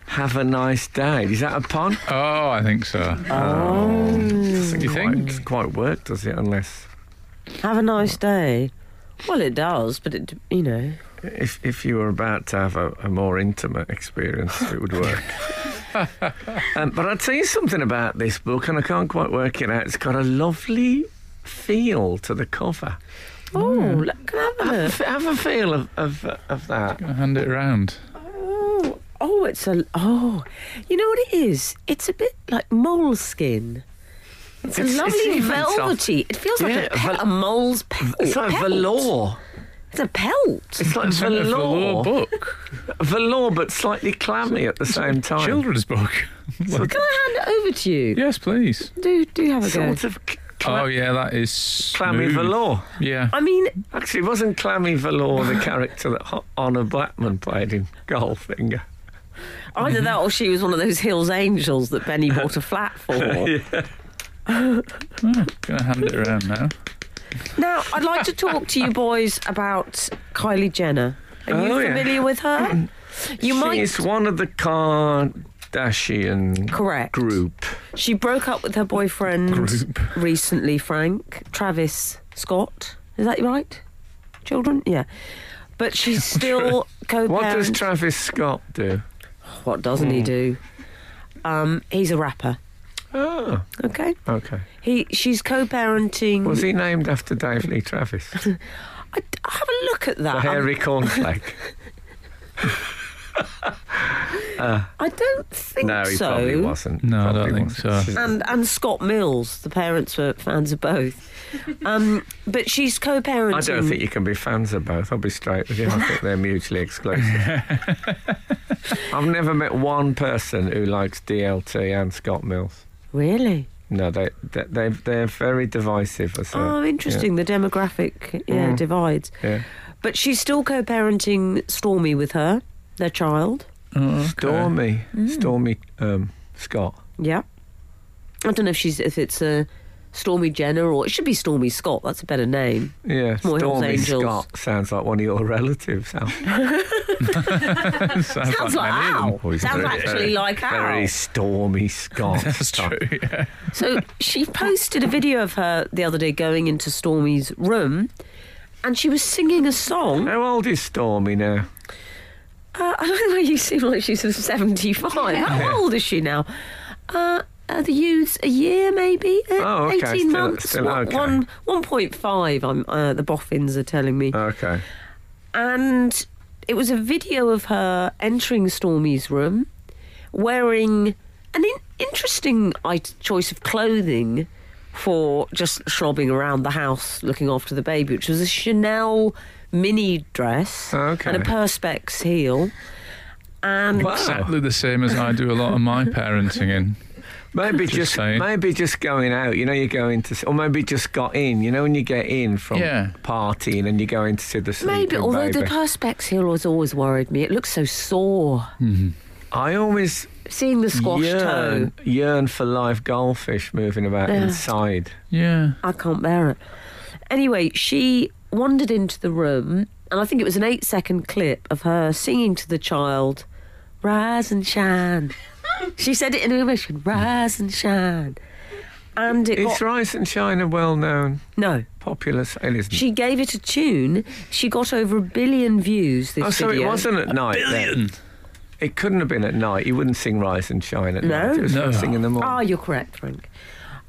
[SPEAKER 3] Have a nice day. Is that a pun?
[SPEAKER 4] Oh, I think so.
[SPEAKER 3] Doesn't
[SPEAKER 4] Hmm. You
[SPEAKER 3] quite,
[SPEAKER 4] think?
[SPEAKER 3] quite work, does it? Unless
[SPEAKER 5] Have a nice day. Well, it does, but it, you know.
[SPEAKER 3] if if you were about to have a, a more intimate experience, it would
[SPEAKER 4] [laughs]
[SPEAKER 3] work. um, but I'll tell you something about this book, and I can't quite work it out. It's got a lovely feel to the cover.
[SPEAKER 5] Oh, look, can I have a look?
[SPEAKER 3] F- have a feel of of, of that.
[SPEAKER 4] Hand it around.
[SPEAKER 3] Oh,
[SPEAKER 5] Oh, it's a. Oh, you know what it is? It's a bit like moleskin.
[SPEAKER 3] It's-
[SPEAKER 5] It's, a
[SPEAKER 3] it's
[SPEAKER 5] lovely
[SPEAKER 3] even soft.
[SPEAKER 5] velvety. It feels like
[SPEAKER 3] Yeah,
[SPEAKER 5] a, pe-
[SPEAKER 3] vel-
[SPEAKER 5] a mole's pelt.
[SPEAKER 3] It's like
[SPEAKER 5] pelt.
[SPEAKER 3] velour.
[SPEAKER 5] It's a pelt.
[SPEAKER 3] It's like
[SPEAKER 4] It's a velour
[SPEAKER 3] velour.
[SPEAKER 4] book.
[SPEAKER 3] Velour, but slightly clammy at the same time.
[SPEAKER 4] Children's book. [laughs] Like-
[SPEAKER 5] Can I hand it over to you?
[SPEAKER 4] yes, please.
[SPEAKER 5] Do do have a go.
[SPEAKER 3] Sort of c- cla-
[SPEAKER 4] oh, yeah, that is.
[SPEAKER 3] clammy
[SPEAKER 4] smooth.
[SPEAKER 3] velour.
[SPEAKER 4] Yeah.
[SPEAKER 5] I mean,
[SPEAKER 3] Actually, wasn't Clammy Velour the character that Ho- Honor Blackman played in Goldfinger? Mm-hmm.
[SPEAKER 5] either that or she was one of those Hills Angels that
[SPEAKER 3] [laughs]
[SPEAKER 5] Benny bought a flat for.
[SPEAKER 4] Gonna hand it around now.
[SPEAKER 5] Now, I'd like to talk to you boys about Kylie Jenner. Are you
[SPEAKER 3] Oh, yeah.
[SPEAKER 5] familiar with
[SPEAKER 3] [clears throat]
[SPEAKER 5] her? You might.
[SPEAKER 3] She's one of the Kardashian
[SPEAKER 5] Correct.
[SPEAKER 3] group.
[SPEAKER 5] She broke up with her boyfriend
[SPEAKER 4] Group.
[SPEAKER 5] recently, Frank. Travis Scott. Is that right? Children? Yeah. But
[SPEAKER 3] [laughs]
[SPEAKER 5] she's still co
[SPEAKER 3] What does Hmm. Travis Scott do?
[SPEAKER 5] What doesn't he do? Um, he's a rapper.
[SPEAKER 4] Ah,
[SPEAKER 3] Oh,
[SPEAKER 5] Okay.
[SPEAKER 3] okay.
[SPEAKER 5] He she's co-parenting.
[SPEAKER 3] Was he named after Dave Lee
[SPEAKER 4] [laughs]
[SPEAKER 3] Travis? The
[SPEAKER 5] I, have a look at that.
[SPEAKER 3] hairy cornflake.
[SPEAKER 5] Um, I don't think
[SPEAKER 3] no, he
[SPEAKER 5] so.
[SPEAKER 3] probably wasn't.
[SPEAKER 4] No, I
[SPEAKER 3] Probably
[SPEAKER 4] don't think
[SPEAKER 3] wasn't.
[SPEAKER 4] so.
[SPEAKER 5] and and Scott Mills. The parents were fans of both. Um, but she's co-parenting.
[SPEAKER 3] I don't think you can be fans of both. I'll be straight with you. I think they're mutually
[SPEAKER 4] [laughs]
[SPEAKER 3] exclusive. I've never met one person who likes DLT and Scott Mills.
[SPEAKER 5] really.
[SPEAKER 3] No, they, they they they're very divisive. As a,
[SPEAKER 5] oh, interesting. The demographic
[SPEAKER 3] Hmm.
[SPEAKER 5] yeah, divides.
[SPEAKER 3] Yeah, yeah.
[SPEAKER 5] But she's still co-parenting Stormy with her, their child.
[SPEAKER 4] Oh, okay.
[SPEAKER 3] Stormy,
[SPEAKER 5] Mm.
[SPEAKER 3] Stormy um, Scott.
[SPEAKER 5] Yeah. I don't know if she's if it's a Stormy Jenner or it should be Stormy Scott. That's a better name.
[SPEAKER 3] Yeah,
[SPEAKER 5] More Hells
[SPEAKER 3] Stormy
[SPEAKER 5] Angels.
[SPEAKER 3] Scott sounds like one of your relatives. Al.
[SPEAKER 4] Sounds,
[SPEAKER 5] Sounds like
[SPEAKER 4] many of them.
[SPEAKER 5] Al.
[SPEAKER 3] Oh, he's
[SPEAKER 5] Sounds
[SPEAKER 3] very-
[SPEAKER 5] actually like Al.
[SPEAKER 3] Very Stormy Scott.
[SPEAKER 4] [laughs] That's true. Yeah.
[SPEAKER 5] [laughs] So she posted a video of her the other day going into Stormy's room, and she was singing a song.
[SPEAKER 3] How old is Stormy now?
[SPEAKER 5] Uh, I don't know why you seem like she's sort of seventy-five. How old is she now? Uh, are the youths a year maybe? Uh,
[SPEAKER 3] Oh, okay,
[SPEAKER 5] Eighteen
[SPEAKER 3] still-
[SPEAKER 5] months.
[SPEAKER 3] still
[SPEAKER 5] one,
[SPEAKER 3] okay.
[SPEAKER 5] one one point five. I'm uh, the boffins are telling me.
[SPEAKER 3] Okay.
[SPEAKER 5] and it was a video of her entering Stormy's room wearing an in- interesting i- choice of clothing for just shrobbing around the house looking after the baby, which was a Chanel mini dress
[SPEAKER 3] Okay.
[SPEAKER 5] and a Perspex heel. And
[SPEAKER 4] Exactly the same as I do a lot of
[SPEAKER 3] [laughs]
[SPEAKER 4] my parenting in.
[SPEAKER 3] Maybe
[SPEAKER 4] Just
[SPEAKER 3] just,
[SPEAKER 4] saying.
[SPEAKER 3] maybe just going out. You know, you go into, s- or maybe just got in. You know, when you get in from
[SPEAKER 4] Yeah.
[SPEAKER 3] partying and you go in to see the sleeping
[SPEAKER 5] maybe, although the
[SPEAKER 3] baby.
[SPEAKER 5] Perspex heel has always worried me, it looks so sore.
[SPEAKER 3] I always
[SPEAKER 5] Seeing the squash toe,
[SPEAKER 3] yearn, yearn for live goldfish moving about
[SPEAKER 5] Yeah.
[SPEAKER 3] inside.
[SPEAKER 4] Yeah.
[SPEAKER 5] I can't bear it. Anyway, she wandered into the room, and I think it was an eight second clip of her singing to the child, Rise and Shine. she said it in English, Rise and Shine. And it
[SPEAKER 3] Is
[SPEAKER 5] got,
[SPEAKER 3] Rise and Shine a well-known,
[SPEAKER 5] no,
[SPEAKER 3] popular? s- It isn't.
[SPEAKER 5] she gave it a tune. She got over a billion views this
[SPEAKER 3] oh, so
[SPEAKER 5] video.
[SPEAKER 3] it wasn't at night. Then. It couldn't have been at night. You wouldn't sing Rise and Shine at
[SPEAKER 5] No.
[SPEAKER 3] night. It was
[SPEAKER 4] No.
[SPEAKER 3] first thing in the morning.
[SPEAKER 5] Ah, you're correct, Frank.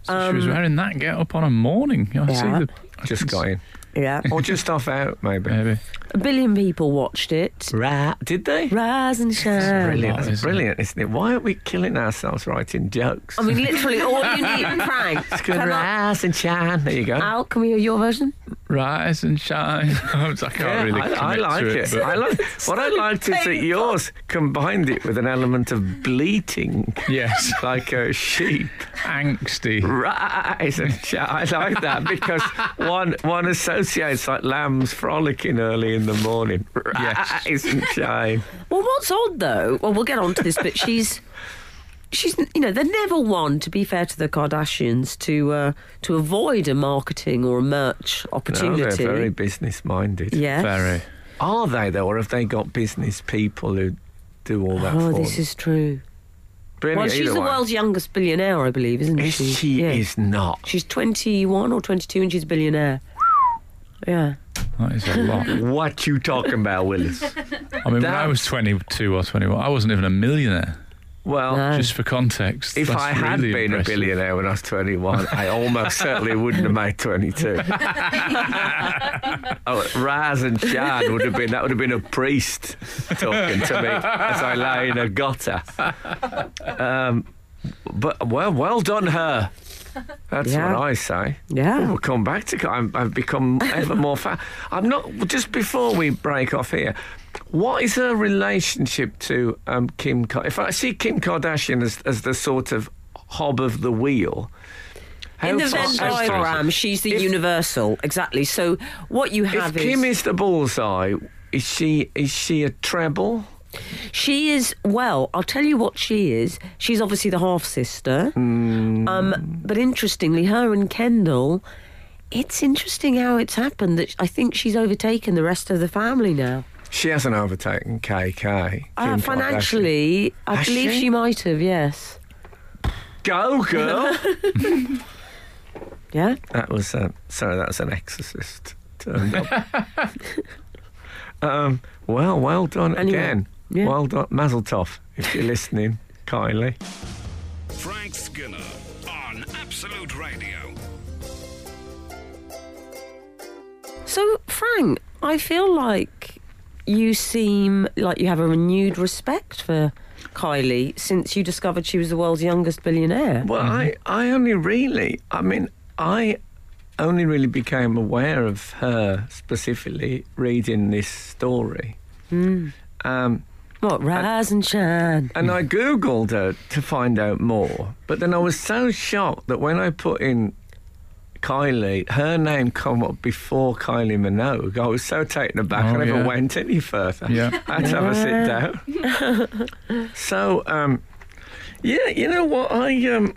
[SPEAKER 4] she
[SPEAKER 3] Um,
[SPEAKER 4] was wearing that get up on a morning. I
[SPEAKER 5] Yeah.
[SPEAKER 4] see the. I
[SPEAKER 3] just
[SPEAKER 4] can
[SPEAKER 3] got
[SPEAKER 4] s-
[SPEAKER 3] in,
[SPEAKER 5] Yeah.
[SPEAKER 3] or just off out maybe.
[SPEAKER 4] Maybe.
[SPEAKER 5] [laughs] a billion people watched it.
[SPEAKER 3] Ra- Did they?
[SPEAKER 5] Rise and Shine.
[SPEAKER 3] Brilliant,
[SPEAKER 4] Isn't
[SPEAKER 3] that's
[SPEAKER 4] it?
[SPEAKER 3] brilliant, isn't it? Why aren't we killing ourselves writing jokes?
[SPEAKER 4] Oh,
[SPEAKER 5] I mean, literally, all you
[SPEAKER 3] [laughs]
[SPEAKER 5] need, Frank.
[SPEAKER 3] Good
[SPEAKER 5] Can I-
[SPEAKER 3] rise and shine. There you go.
[SPEAKER 5] Al, can we hear your version?
[SPEAKER 4] Rise and shine. [laughs] I can't
[SPEAKER 3] Yeah,
[SPEAKER 4] really.
[SPEAKER 3] I, I
[SPEAKER 4] commit
[SPEAKER 3] like
[SPEAKER 4] to
[SPEAKER 3] it.
[SPEAKER 4] but-
[SPEAKER 3] I
[SPEAKER 4] [laughs]
[SPEAKER 3] like, what I liked is that
[SPEAKER 5] painful.
[SPEAKER 3] yours combined it with an element of bleating,
[SPEAKER 4] yes.
[SPEAKER 3] like a sheep.
[SPEAKER 4] Angsty.
[SPEAKER 3] Rise and shine. [laughs] I like that because one one associates like lambs frolicking early in the morning. Rise
[SPEAKER 4] Yes.
[SPEAKER 3] and shine.
[SPEAKER 5] [laughs] Well, what's odd though? Well, we'll get on to this,
[SPEAKER 3] [laughs]
[SPEAKER 5] but she's she's you know they're never one to be fair to the Kardashians to uh, to avoid a marketing or a merch
[SPEAKER 3] No,
[SPEAKER 5] opportunity.
[SPEAKER 3] Oh, they're very business minded.
[SPEAKER 5] yes.
[SPEAKER 4] Very.
[SPEAKER 3] Are they though, or have they got business people who do all that
[SPEAKER 5] Oh,
[SPEAKER 3] for
[SPEAKER 5] this
[SPEAKER 3] them?
[SPEAKER 5] is true.
[SPEAKER 3] Brilliant,
[SPEAKER 5] well, she's
[SPEAKER 3] either
[SPEAKER 5] the
[SPEAKER 3] way.
[SPEAKER 5] world's youngest billionaire, I believe, isn't
[SPEAKER 3] Is
[SPEAKER 5] she?
[SPEAKER 3] She,
[SPEAKER 5] [laughs] Yeah.
[SPEAKER 3] is not.
[SPEAKER 5] She's twenty-one or twenty-two, and she's a billionaire. Yeah.
[SPEAKER 4] That is a lot.
[SPEAKER 3] What you talking about, Willis?
[SPEAKER 5] [laughs]
[SPEAKER 4] I mean, when I was 22 or 21, I wasn't even a millionaire.
[SPEAKER 3] Well,
[SPEAKER 5] No.
[SPEAKER 4] Just for context.
[SPEAKER 3] Uh, if
[SPEAKER 4] that's
[SPEAKER 3] I had
[SPEAKER 4] really
[SPEAKER 3] been
[SPEAKER 4] impressive.
[SPEAKER 3] a billionaire when I
[SPEAKER 4] [laughs]
[SPEAKER 3] was 21, I almost certainly wouldn't have made 22. Oh, Raz and Shan would have been that would have been a priest talking to me as I lay in a gutter. Um, but well, well done her. That's
[SPEAKER 5] Yeah.
[SPEAKER 3] what I say.
[SPEAKER 5] Yeah.
[SPEAKER 3] Ooh, Oh, we'll come back to. I'm, I've become ever more fan. I'm not. Just before we break off here, what is her relationship to um, Kim? Ka- If I see Kim Kardashian as, as the sort of hob of the wheel, how
[SPEAKER 5] In the
[SPEAKER 3] far-
[SPEAKER 5] Venn
[SPEAKER 3] how far-
[SPEAKER 5] diagram, she's the
[SPEAKER 3] If-
[SPEAKER 5] universal. Exactly. So what you
[SPEAKER 3] If
[SPEAKER 5] have is
[SPEAKER 3] Kim is the bullseye, is she is she a treble?
[SPEAKER 5] She is well. I'll tell you what she is. She's obviously the half sister.
[SPEAKER 3] Hmm.
[SPEAKER 5] Um, but interestingly, her and Kendall. It's interesting how it's happened that I think she's overtaken the rest of the family now.
[SPEAKER 3] She hasn't overtaken KK.
[SPEAKER 5] Uh,
[SPEAKER 3] Kim Kardashian.
[SPEAKER 5] financially, I
[SPEAKER 3] Has
[SPEAKER 5] believe
[SPEAKER 3] she?
[SPEAKER 5] she might have. Yes.
[SPEAKER 3] go girl.
[SPEAKER 5] Yeah.
[SPEAKER 3] that was uh, sorry. That was an exorcist turned up.
[SPEAKER 5] [laughs]
[SPEAKER 3] um, well, well done
[SPEAKER 5] Anyway,
[SPEAKER 3] again.
[SPEAKER 5] yeah.
[SPEAKER 3] Well done, Mazel Tov, if you're listening, Kylie.
[SPEAKER 1] Frank Skinner on Absolute Radio.
[SPEAKER 5] So, Frank, I feel like you seem like you have a renewed respect for Kylie since you discovered she was the world's youngest billionaire.
[SPEAKER 3] Well,
[SPEAKER 5] Mm-hmm.
[SPEAKER 3] I, I only really, I mean, I only really became aware of her specifically reading this story.
[SPEAKER 5] Mm.
[SPEAKER 3] Um,
[SPEAKER 5] What Raz and Chan?
[SPEAKER 3] and I googled her to find out more. But then I was so shocked that when I put in Kylie, her name come up before Kylie Minogue. I was so taken aback.
[SPEAKER 4] Oh,
[SPEAKER 3] I never
[SPEAKER 4] yeah.
[SPEAKER 3] went any further.
[SPEAKER 4] Yeah.
[SPEAKER 3] [laughs] I had to have a sit down. so, um, yeah, you know what? I um,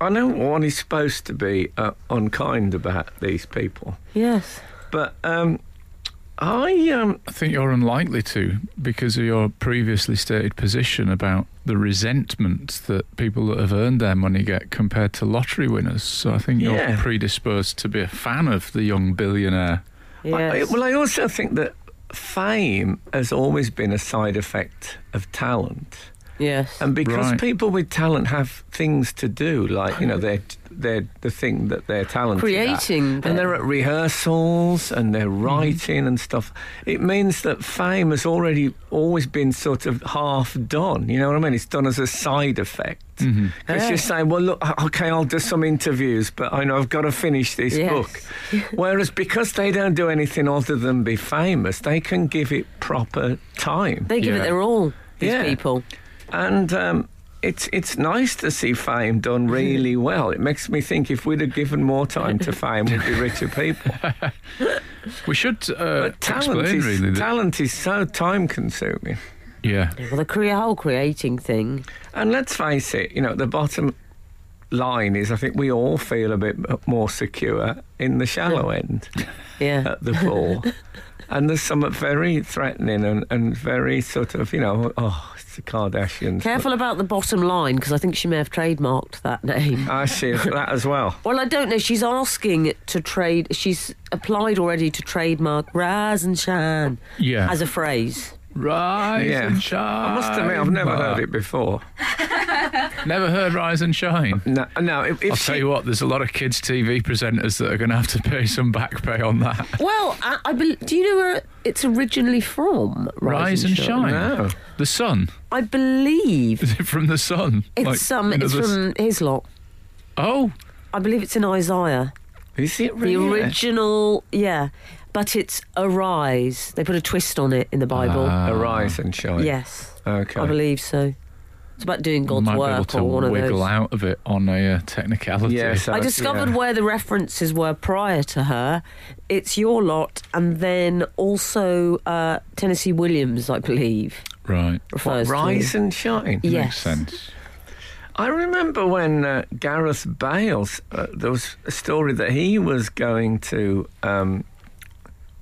[SPEAKER 3] I know one is supposed to be uh, unkind about these people,
[SPEAKER 5] Yes.
[SPEAKER 3] but um, I um,
[SPEAKER 4] I think you're unlikely to because of your previously stated position about the resentment that people that have earned their money get compared to lottery winners. So I think
[SPEAKER 3] Yeah.
[SPEAKER 4] you're predisposed to be a fan of the young billionaire.
[SPEAKER 3] I-
[SPEAKER 5] Yes.
[SPEAKER 3] well, I also think that fame has always been a side effect of talent,
[SPEAKER 5] yes.
[SPEAKER 3] and because
[SPEAKER 4] Right.
[SPEAKER 3] people with talent have things to do, like you know, they're they're the thing that they're talented at.
[SPEAKER 5] Creating
[SPEAKER 3] and they're
[SPEAKER 5] them.
[SPEAKER 3] at rehearsals and they're writing and stuff. It means that fame has already always been sort of half done. You know what I mean? It's done as a side effect. Because
[SPEAKER 5] Yeah.
[SPEAKER 3] you're saying, well, look, okay, I'll do some interviews, but I know I've got to finish this
[SPEAKER 5] Yes. [laughs]
[SPEAKER 3] book. Whereas because they don't do anything other than be famous, they can give it proper time.
[SPEAKER 5] they give
[SPEAKER 4] Yeah.
[SPEAKER 5] it their all. These
[SPEAKER 3] Yeah.
[SPEAKER 5] people.
[SPEAKER 3] And um, it's it's nice to see fame
[SPEAKER 4] [laughs]
[SPEAKER 3] done really well. It makes me think if we'd have given more time to fame, we'd be
[SPEAKER 4] [laughs]
[SPEAKER 3] richer people.
[SPEAKER 4] We should uh,
[SPEAKER 3] But
[SPEAKER 4] explain
[SPEAKER 3] talent is,
[SPEAKER 4] really that.
[SPEAKER 3] talent is so time consuming.
[SPEAKER 4] yeah.
[SPEAKER 5] Well, the crea- whole creating thing.
[SPEAKER 3] And let's face it, you know, the bottom line is I think we all feel a bit m- more secure in the shallow end
[SPEAKER 5] Yeah.
[SPEAKER 4] Uh,
[SPEAKER 3] at the
[SPEAKER 4] [laughs]
[SPEAKER 3] pool. and there's something very threatening and, and very sort of, you know, oh, it's the Kardashians.
[SPEAKER 5] Careful about the bottom line because I think she may have trademarked
[SPEAKER 4] [laughs]
[SPEAKER 5] that name.
[SPEAKER 3] I see that as well.
[SPEAKER 5] Well, I don't know. She's asking to trade. She's applied already to trademark Raz and Shan
[SPEAKER 4] Yeah.
[SPEAKER 5] as a phrase.
[SPEAKER 4] Rise
[SPEAKER 3] Yeah.
[SPEAKER 4] and shine.
[SPEAKER 3] I must admit, I've never heard it before.
[SPEAKER 4] Never heard Rise and Shine.
[SPEAKER 3] No, no if, if
[SPEAKER 4] I'll
[SPEAKER 3] she-
[SPEAKER 4] tell you what, there's a lot of kids' TV presenters that are going to have to pay some back pay on that.
[SPEAKER 5] Well, I, I bel do you know where it's originally from?
[SPEAKER 4] Rise, and Shine.
[SPEAKER 3] No.
[SPEAKER 4] The Sun. [laughs]
[SPEAKER 5] I believe
[SPEAKER 4] Is it from the Sun?
[SPEAKER 5] it's
[SPEAKER 4] Like,
[SPEAKER 5] some.
[SPEAKER 4] you know,
[SPEAKER 5] It's
[SPEAKER 4] the s-
[SPEAKER 5] from his lot.
[SPEAKER 4] Oh,
[SPEAKER 5] I believe it's in Isaiah.
[SPEAKER 3] Is it
[SPEAKER 5] The
[SPEAKER 3] really?
[SPEAKER 5] original, yeah, but it's arise. They put a twist on it in the Bible.
[SPEAKER 4] Ah,
[SPEAKER 3] Arise and shine.
[SPEAKER 5] yes,
[SPEAKER 3] Okay.
[SPEAKER 5] I believe so. It's about doing God's
[SPEAKER 4] might
[SPEAKER 5] work
[SPEAKER 4] be
[SPEAKER 5] or
[SPEAKER 4] able
[SPEAKER 5] one
[SPEAKER 4] to
[SPEAKER 5] of
[SPEAKER 4] wiggle
[SPEAKER 5] those.
[SPEAKER 4] out of it on a uh, technicality.
[SPEAKER 3] Yeah, so-
[SPEAKER 5] I discovered
[SPEAKER 3] Yeah.
[SPEAKER 5] where the references were prior to her. It's your lot, and then also uh, Tennessee Williams, I believe,
[SPEAKER 4] right.
[SPEAKER 5] refers
[SPEAKER 3] Rise
[SPEAKER 5] to.
[SPEAKER 3] and shine.
[SPEAKER 5] Yes.
[SPEAKER 4] Makes sense.
[SPEAKER 3] I remember when uh, Gareth Bales, uh, there was a story that he was going to um,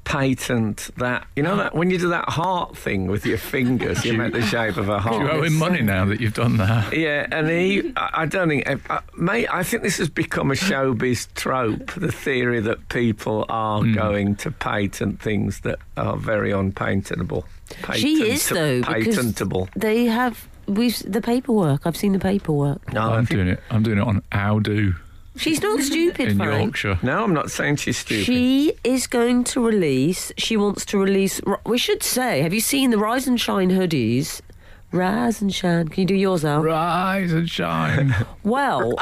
[SPEAKER 3] patent that. You know that when you do that heart thing with your fingers, you make the shape of a
[SPEAKER 4] [laughs]
[SPEAKER 5] Oh,
[SPEAKER 4] Do you owe
[SPEAKER 3] heart.
[SPEAKER 4] him money now that you've done that?
[SPEAKER 3] [laughs] Yeah, and he, I I don't think, uh, uh, mate, I think this has become a showbiz trope the theory that people are going to patent things that are very unpatentable.
[SPEAKER 5] She is though
[SPEAKER 3] Patent-
[SPEAKER 5] because
[SPEAKER 3] Patentable.
[SPEAKER 5] they have we've the paperwork. I've seen the paperwork.
[SPEAKER 3] No, I
[SPEAKER 4] I'm
[SPEAKER 3] think-
[SPEAKER 4] doing it. I'm doing it on How Do. [laughs]
[SPEAKER 5] She's not stupid,
[SPEAKER 4] in
[SPEAKER 5] Frank.
[SPEAKER 4] Yorkshire.
[SPEAKER 3] No, I'm not saying she's stupid.
[SPEAKER 5] She is going to release. She wants to release. We should say, have you seen the Rise and Shine hoodies? Rise and Shine. Can you do yours out?
[SPEAKER 4] Rise
[SPEAKER 3] [laughs]
[SPEAKER 4] and shine.
[SPEAKER 5] Well,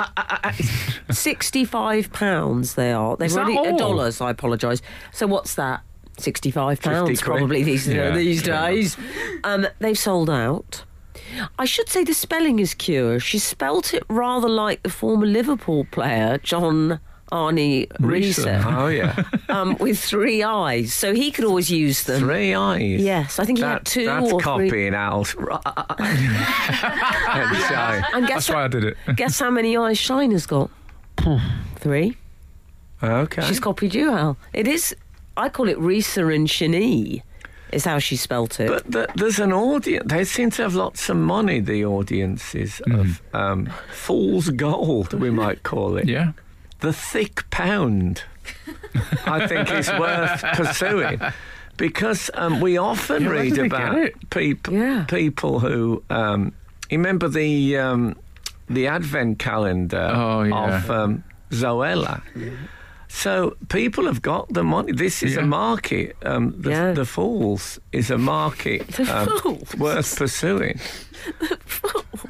[SPEAKER 5] [laughs] sixty-five pounds they are. They've
[SPEAKER 4] Is that
[SPEAKER 5] already uh,
[SPEAKER 4] all?
[SPEAKER 5] dollars. I apologise. So what's that? Sixty-five
[SPEAKER 3] 50
[SPEAKER 5] pounds
[SPEAKER 3] quid.
[SPEAKER 5] probably these uh,
[SPEAKER 4] Yeah,
[SPEAKER 5] these
[SPEAKER 4] yeah.
[SPEAKER 5] days. Um, they've sold out. I should say the spelling is curious. She spelt it rather like the former Liverpool player John Arnie
[SPEAKER 4] Reeser.
[SPEAKER 5] Reeser,
[SPEAKER 3] Oh yeah,
[SPEAKER 5] um, with three eyes. So he could always use them.
[SPEAKER 3] three eyes.
[SPEAKER 5] Yes, I think he had
[SPEAKER 3] That,
[SPEAKER 5] two
[SPEAKER 3] that's
[SPEAKER 5] or three.
[SPEAKER 3] copying [laughs]
[SPEAKER 5] [laughs]
[SPEAKER 3] Al's. And shy.
[SPEAKER 5] And guess
[SPEAKER 4] That's why I did it.
[SPEAKER 5] guess how many eyes Shiner's got? Three.
[SPEAKER 3] Okay.
[SPEAKER 5] She's copied you, Al. It is. I call it Risa and Shani, is how she spelt it.
[SPEAKER 3] But th- there's an audience. They seem to have lots of money. The audiences of um, fool's gold, we might call it.
[SPEAKER 4] Mm-hmm. Yeah.
[SPEAKER 3] The thick pound. I think is worth pursuing because um, we often
[SPEAKER 4] Yeah, where
[SPEAKER 3] read
[SPEAKER 4] do they get
[SPEAKER 3] about
[SPEAKER 4] it?
[SPEAKER 3] people
[SPEAKER 5] Yeah.
[SPEAKER 3] people who um, you remember the um, the advent calendar
[SPEAKER 4] Oh, yeah.
[SPEAKER 3] of um, Zoella. So people have got the money. This is a
[SPEAKER 4] Yeah.
[SPEAKER 3] market. Um, the,
[SPEAKER 5] Yeah.
[SPEAKER 3] the Falls is a market
[SPEAKER 5] The [laughs]
[SPEAKER 3] um,
[SPEAKER 5] Falls.
[SPEAKER 3] worth pursuing.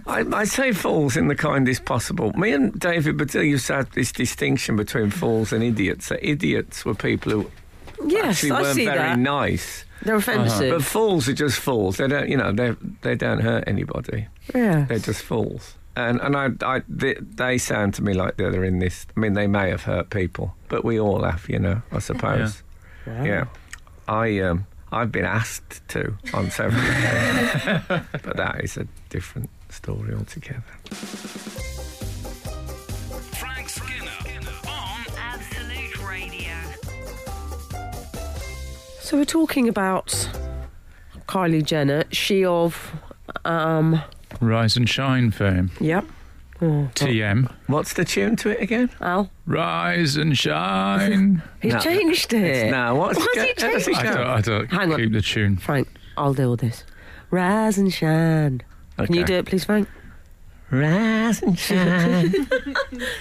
[SPEAKER 3] I, I say falls in the kindest possible. Me and David Badil used to have this distinction between fools and idiots. That idiots were people who
[SPEAKER 5] yes,
[SPEAKER 3] actually
[SPEAKER 5] I
[SPEAKER 3] weren't
[SPEAKER 5] see
[SPEAKER 3] very
[SPEAKER 5] that.
[SPEAKER 3] nice. Uh-huh.
[SPEAKER 5] They're offensive.
[SPEAKER 3] But fools are just fools. They don't, you know, they they don't hurt anybody.
[SPEAKER 5] yeah.
[SPEAKER 3] They're just fools. And and I, I they, they sound to me like they're, they're in this. I mean, they may have hurt people, but we all have, you know. I suppose. Yeah. I um I've been asked to on [laughs] several occasions, but that is a different story altogether.
[SPEAKER 1] Frank Skinner on
[SPEAKER 2] Absolute Radio.
[SPEAKER 5] So we're talking about Kylie Jenner. She of, um,
[SPEAKER 4] Rise and shine fame.
[SPEAKER 5] yep. Oh,
[SPEAKER 4] TM.
[SPEAKER 3] What's the tune to it again?
[SPEAKER 5] Al,
[SPEAKER 4] Rise and shine.
[SPEAKER 5] he's
[SPEAKER 3] No.
[SPEAKER 5] changed it.
[SPEAKER 3] No, what's
[SPEAKER 5] Why
[SPEAKER 3] [laughs]
[SPEAKER 5] has he
[SPEAKER 3] how does it
[SPEAKER 4] I
[SPEAKER 3] go?
[SPEAKER 4] don't, I don't
[SPEAKER 5] Hang on.
[SPEAKER 4] keep the tune.
[SPEAKER 5] Frank, I'll deal with this. Rise and shine. Can you
[SPEAKER 3] Okay.
[SPEAKER 5] do it, please, Frank?
[SPEAKER 3] Rise and shine. [laughs] There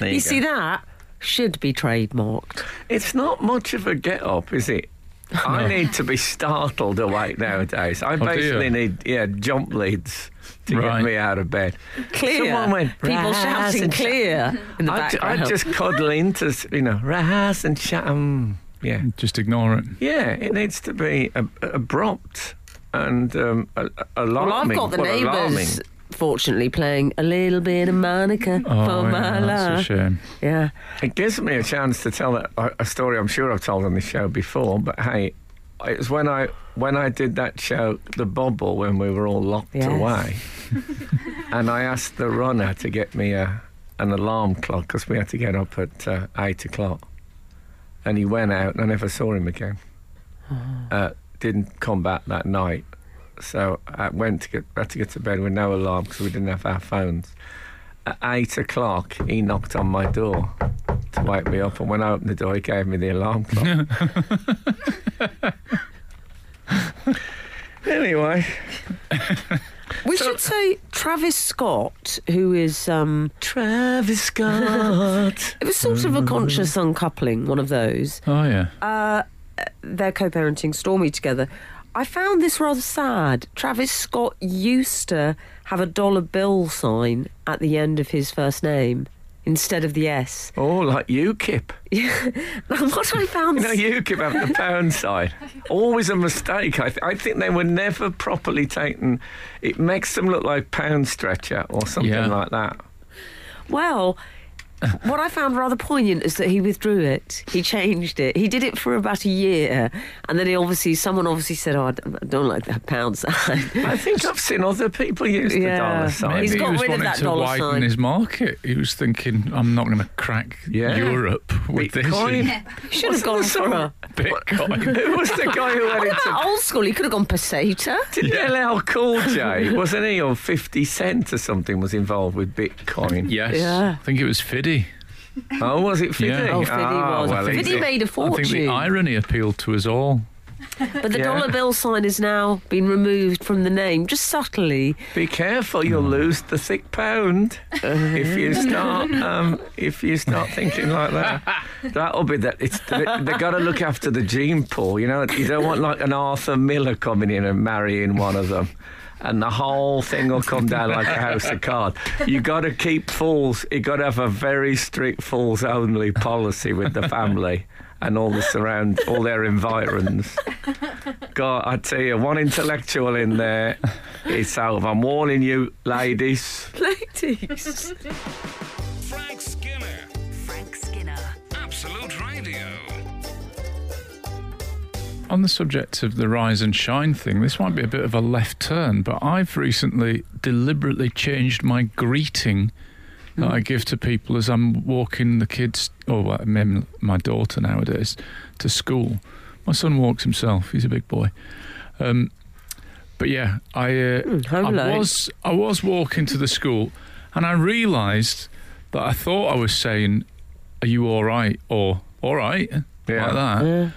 [SPEAKER 5] You,
[SPEAKER 3] you
[SPEAKER 5] see
[SPEAKER 3] go.
[SPEAKER 5] that should be trademarked.
[SPEAKER 3] It's not much of a get up, is it? I need to be startled awake nowadays. I
[SPEAKER 4] dear.
[SPEAKER 3] basically need yeah jump leads to
[SPEAKER 4] Right.
[SPEAKER 3] get me out of bed.
[SPEAKER 5] Clear.
[SPEAKER 3] Someone went,
[SPEAKER 5] People
[SPEAKER 3] "Rise
[SPEAKER 5] shouting
[SPEAKER 3] and shine."
[SPEAKER 5] clear in the
[SPEAKER 3] I'd,
[SPEAKER 5] background.
[SPEAKER 3] I'd just cuddle into you know rise and shine. Um, yeah,
[SPEAKER 4] Just ignore it.
[SPEAKER 3] yeah. It needs to be ab- abrupt and um, a- a-
[SPEAKER 5] Well, I've
[SPEAKER 3] alarming.
[SPEAKER 5] got the
[SPEAKER 3] alarming.
[SPEAKER 5] neighbours, fortunately, playing a little bit of Monica
[SPEAKER 4] Oh,
[SPEAKER 5] for my
[SPEAKER 4] yeah, that's a
[SPEAKER 5] life.
[SPEAKER 4] shame.
[SPEAKER 5] Yeah,
[SPEAKER 3] It gives me a chance to tell a, a story I'm sure I've told on this show before, but hey, it was when I when I did that show, The Bobble, when we were all locked
[SPEAKER 5] Yes.
[SPEAKER 3] away, and I asked the runner to get me a, an alarm clock because we had to get up at uh, eight o'clock, and he went out and I never saw him again. Uh, didn't come back that night, so I went to get had to get to bed with no alarm because we didn't have our phones. At eight o'clock, he knocked on my door to wake me up, and when I opened the door, he gave me the alarm [laughs] clock. anyway,
[SPEAKER 5] we should say Travis Scott, who is um,
[SPEAKER 3] Travis [laughs] Scott.
[SPEAKER 5] it was sort of a conscious uncoupling, one of those.
[SPEAKER 4] Oh, yeah.
[SPEAKER 5] Uh, they're co-parenting Stormy together. I found this rather sad. Travis Scott used to have a dollar bill sign at the end of his first name instead of the S.
[SPEAKER 3] oh, like UKIP.
[SPEAKER 5] [laughs] what I found
[SPEAKER 3] You know, UKIP have the pound sign. Always a mistake. I, th- I think they were never properly taken. It makes them look like pound stretcher or something
[SPEAKER 4] Yeah.
[SPEAKER 3] like that.
[SPEAKER 5] Well, what I found rather poignant is that he withdrew it. He changed it. He did it for about a year, and then he obviously someone obviously said, "Oh, I don't, I don't like that pound sign." [laughs]
[SPEAKER 3] I think I've seen other people use
[SPEAKER 5] Yeah.
[SPEAKER 3] the dollar sign.
[SPEAKER 5] Oh, He's
[SPEAKER 4] Maybe
[SPEAKER 5] got
[SPEAKER 4] he was
[SPEAKER 5] rid of
[SPEAKER 4] wanting
[SPEAKER 5] that
[SPEAKER 4] to
[SPEAKER 5] dollar
[SPEAKER 4] widen
[SPEAKER 5] sign.
[SPEAKER 4] his market. He was thinking, I'm not going to crack
[SPEAKER 3] Yeah.
[SPEAKER 4] Europe with [laughs]
[SPEAKER 3] Bitcoin.
[SPEAKER 5] Should have gone
[SPEAKER 3] What's the
[SPEAKER 5] for a
[SPEAKER 4] this Bitcoin.
[SPEAKER 5] [laughs]
[SPEAKER 3] Who was the guy who had it [laughs] to
[SPEAKER 5] Ah, old school. He could have gone peseta.
[SPEAKER 3] Didn't LL Cool J, wasn't he, or 50 Cent or something, was involved with Bitcoin?
[SPEAKER 4] yes.
[SPEAKER 5] Yeah.
[SPEAKER 4] I think it was Fiddy.
[SPEAKER 3] Oh, was it Fiddy?
[SPEAKER 4] Yeah.
[SPEAKER 5] Oh, Fiddy
[SPEAKER 3] Ah,
[SPEAKER 5] was.
[SPEAKER 3] well,
[SPEAKER 5] Fiddy
[SPEAKER 3] he's-
[SPEAKER 5] made
[SPEAKER 4] I
[SPEAKER 5] a
[SPEAKER 4] think the
[SPEAKER 5] fortune.
[SPEAKER 4] irony appealed to us all.
[SPEAKER 5] But the
[SPEAKER 3] Yeah.
[SPEAKER 5] dollar bill sign has now been removed from the name, just subtly. [laughs]
[SPEAKER 3] Be careful, you'll lose the thick pound if you start um, if you start thinking like that. That'll be that. It's they, they got to look after the gene pool. You know, you don't want like an Arthur Miller coming in and marrying one of them. And the whole thing will come down like a house of cards. You got to keep fools. You got to have a very strict fools only policy with the family and all the surround, all their environs. God, I tell you, one intellectual in
[SPEAKER 4] [laughs]
[SPEAKER 3] there is out. I'm warning you, ladies.
[SPEAKER 5] Ladies.
[SPEAKER 1] Frank Skinner.
[SPEAKER 2] Frank Skinner.
[SPEAKER 1] Absolute Radio.
[SPEAKER 4] On the subject of the rise and shine thing, this might be a bit of a left turn, but I've recently deliberately changed my greeting that I give to people as I'm walking the kids, or well, my- my daughter nowadays, to school. My son walks himself; he's a big boy. Um, but yeah, I uh,
[SPEAKER 5] home
[SPEAKER 4] I
[SPEAKER 5] loan.
[SPEAKER 4] was I was walking to the school, and I realised that I thought I was saying, "Are you all right?" or "All right,"
[SPEAKER 3] Yeah.
[SPEAKER 4] like that.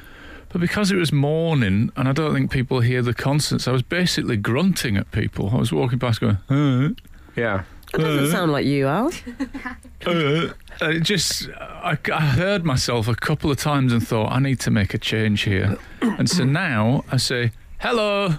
[SPEAKER 4] But because it was morning, and I don't think people hear the consonants, I was basically grunting at people. I was walking past going, "Uh, "Huh."
[SPEAKER 3] Yeah.
[SPEAKER 5] That doesn't sound like you, Al.
[SPEAKER 4] Uh, it just, I, I heard myself a couple of times and thought, I need to make a change here. and so now I say, hello,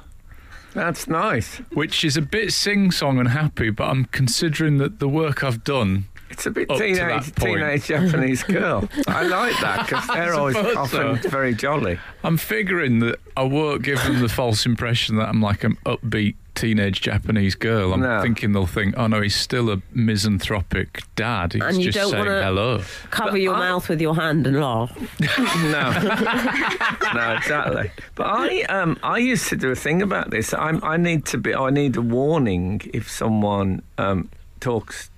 [SPEAKER 3] That's nice.
[SPEAKER 4] which is a bit sing song and happy, but I'm considering that the work I've done.
[SPEAKER 3] It's a bit
[SPEAKER 4] Up to
[SPEAKER 3] teenage,
[SPEAKER 4] that point.
[SPEAKER 3] teenage Japanese girl. I like that
[SPEAKER 4] [laughs]
[SPEAKER 3] because they're always
[SPEAKER 4] suppose
[SPEAKER 3] often
[SPEAKER 4] so.
[SPEAKER 3] very jolly.
[SPEAKER 4] I'm figuring that I won't
[SPEAKER 3] [laughs]
[SPEAKER 4] give them the false impression that I'm like an upbeat teenage Japanese girl. I'm
[SPEAKER 3] No.
[SPEAKER 4] thinking they'll think, oh no, he's still a misanthropic dad. He's
[SPEAKER 5] And you
[SPEAKER 4] just
[SPEAKER 5] don't
[SPEAKER 4] saying
[SPEAKER 5] wanna-
[SPEAKER 4] hello.
[SPEAKER 5] Cover your mouth with your hand and laugh.
[SPEAKER 3] No, [laughs] no, exactly. But I, um, I used to do a thing about this. I'm, I need to be. I need a warning if someone um, talks,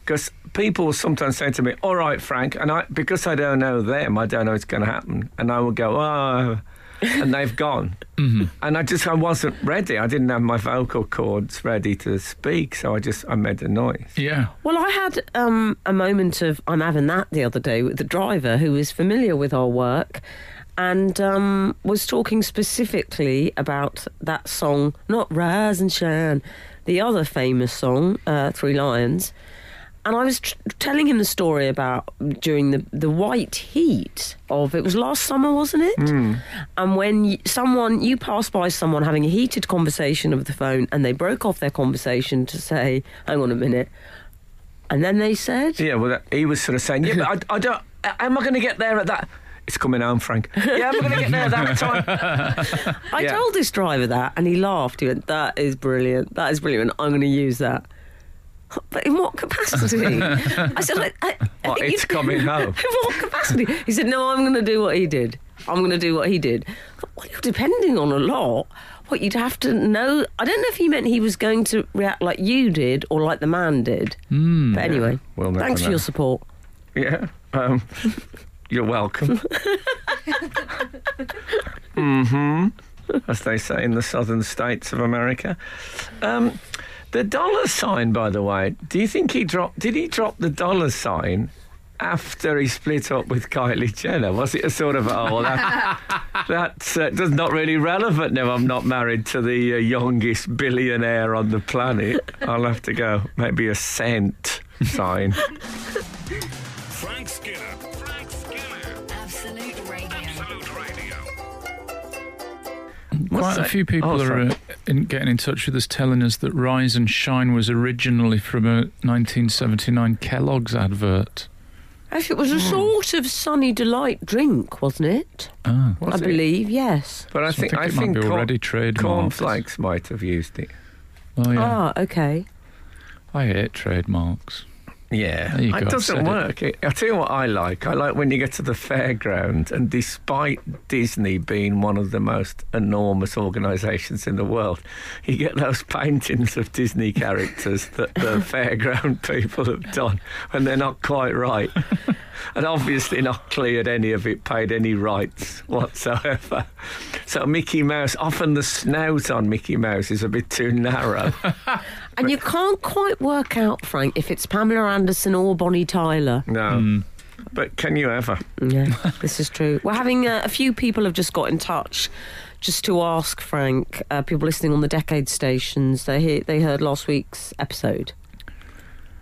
[SPEAKER 3] because people sometimes say to me, "All right, Frank," and I because I don't know them, I don't know it's going to happen, and I will go, "Oh," and they've gone. And I just I wasn't ready. I didn't have my vocal cords ready to speak, so I just I made a noise.
[SPEAKER 4] Yeah.
[SPEAKER 5] Well, I had um, a moment of I'm having that the other day with the driver who is familiar with our work and um, was talking specifically about that song, not Rise and Shine, the other famous song, uh, Three Lions. And I was tr- telling him the story about during the, the white heat of it was last summer, wasn't it? And when y someone you passed by someone having a heated conversation over the phone, and they broke off their conversation to say, "Hang on a minute," and then they said,
[SPEAKER 3] Yeah, well, that, he was sort of saying, yeah, but I, I don't. Am I going to get there at that? It's coming home, Frank. Yeah, am I going to get there at that time?
[SPEAKER 5] "I
[SPEAKER 3] yeah.
[SPEAKER 5] told this driver that," and he laughed. He went, "That is brilliant. That is brilliant. I'm going to use that." But in
[SPEAKER 3] [laughs]
[SPEAKER 5] what capacity? I said, I, I, I
[SPEAKER 3] Well,
[SPEAKER 5] think
[SPEAKER 3] it's
[SPEAKER 5] you-
[SPEAKER 3] coming home.
[SPEAKER 5] [laughs] In what capacity? He said, No, I'm going to do what he did. I'm going to do what he did. I thought, Well, you're depending on a lot. What you'd have to know. I don't know if he meant he was going to react like you did or like the man did. but anyway,
[SPEAKER 3] Hmm. We'll never
[SPEAKER 5] thanks for
[SPEAKER 3] know.
[SPEAKER 5] your support.
[SPEAKER 3] Yeah. Um, you're welcome. mm-hmm. As they say in the southern states of America. Um, the dollar sign, by the way, do you think he dropped? Did he drop the dollar sign? After he split up with Kylie Jenner, was it a sort of oh well, that, that's uh, that's not really relevant now? I'm not married to the uh, youngest billionaire on the planet. I'll have to go maybe a cent sign.
[SPEAKER 1] Frank Skinner. Frank Skinner.
[SPEAKER 2] Absolute Radio.
[SPEAKER 1] Absolute Radio.
[SPEAKER 4] Quite a
[SPEAKER 3] that?
[SPEAKER 4] few people
[SPEAKER 3] Oh,
[SPEAKER 4] are
[SPEAKER 3] sorry.
[SPEAKER 4] uh, in getting in touch with us telling us that Rise and Shine was originally from a 1979 Kellogg's advert.
[SPEAKER 5] Actually, it was a
[SPEAKER 3] Hmm.
[SPEAKER 5] sort of sunny delight drink, wasn't it?
[SPEAKER 4] Ah.
[SPEAKER 5] I
[SPEAKER 3] Oh. Was it?
[SPEAKER 5] believe, yes.
[SPEAKER 3] But I
[SPEAKER 4] So I
[SPEAKER 3] think
[SPEAKER 4] think
[SPEAKER 3] I
[SPEAKER 4] it might
[SPEAKER 3] think
[SPEAKER 4] be
[SPEAKER 3] corn-
[SPEAKER 4] already trademarked.
[SPEAKER 3] cornflakes might have used it.
[SPEAKER 4] Oh, yeah.
[SPEAKER 5] Ah, okay.
[SPEAKER 4] I hate trademarks.
[SPEAKER 3] Yeah,
[SPEAKER 4] There you
[SPEAKER 3] it
[SPEAKER 4] go,
[SPEAKER 3] doesn't
[SPEAKER 4] said it.
[SPEAKER 3] work. It- I tell you what I like. I like when you get to the fairground, and despite Disney being one of the most enormous organisations in the world, you get those paintings of Disney characters that
[SPEAKER 4] [laughs]
[SPEAKER 3] the fairground people have done, and they're not quite
[SPEAKER 4] [laughs]
[SPEAKER 3] right, and obviously not cleared any of it, paid any rights whatsoever. So Mickey Mouse, often the snout on Mickey Mouse is a bit too
[SPEAKER 4] [laughs]
[SPEAKER 3] narrow.
[SPEAKER 5] And you can't quite work out, Frank, if it's Pamela Anderson or Bonnie Tyler.
[SPEAKER 3] No.
[SPEAKER 4] Hmm.
[SPEAKER 3] But can you ever?
[SPEAKER 5] [laughs] Yeah, this is true. We're having uh, a few people have just got in touch just to ask Frank, uh, people listening on the decade stations, they hear, they heard last week's episode.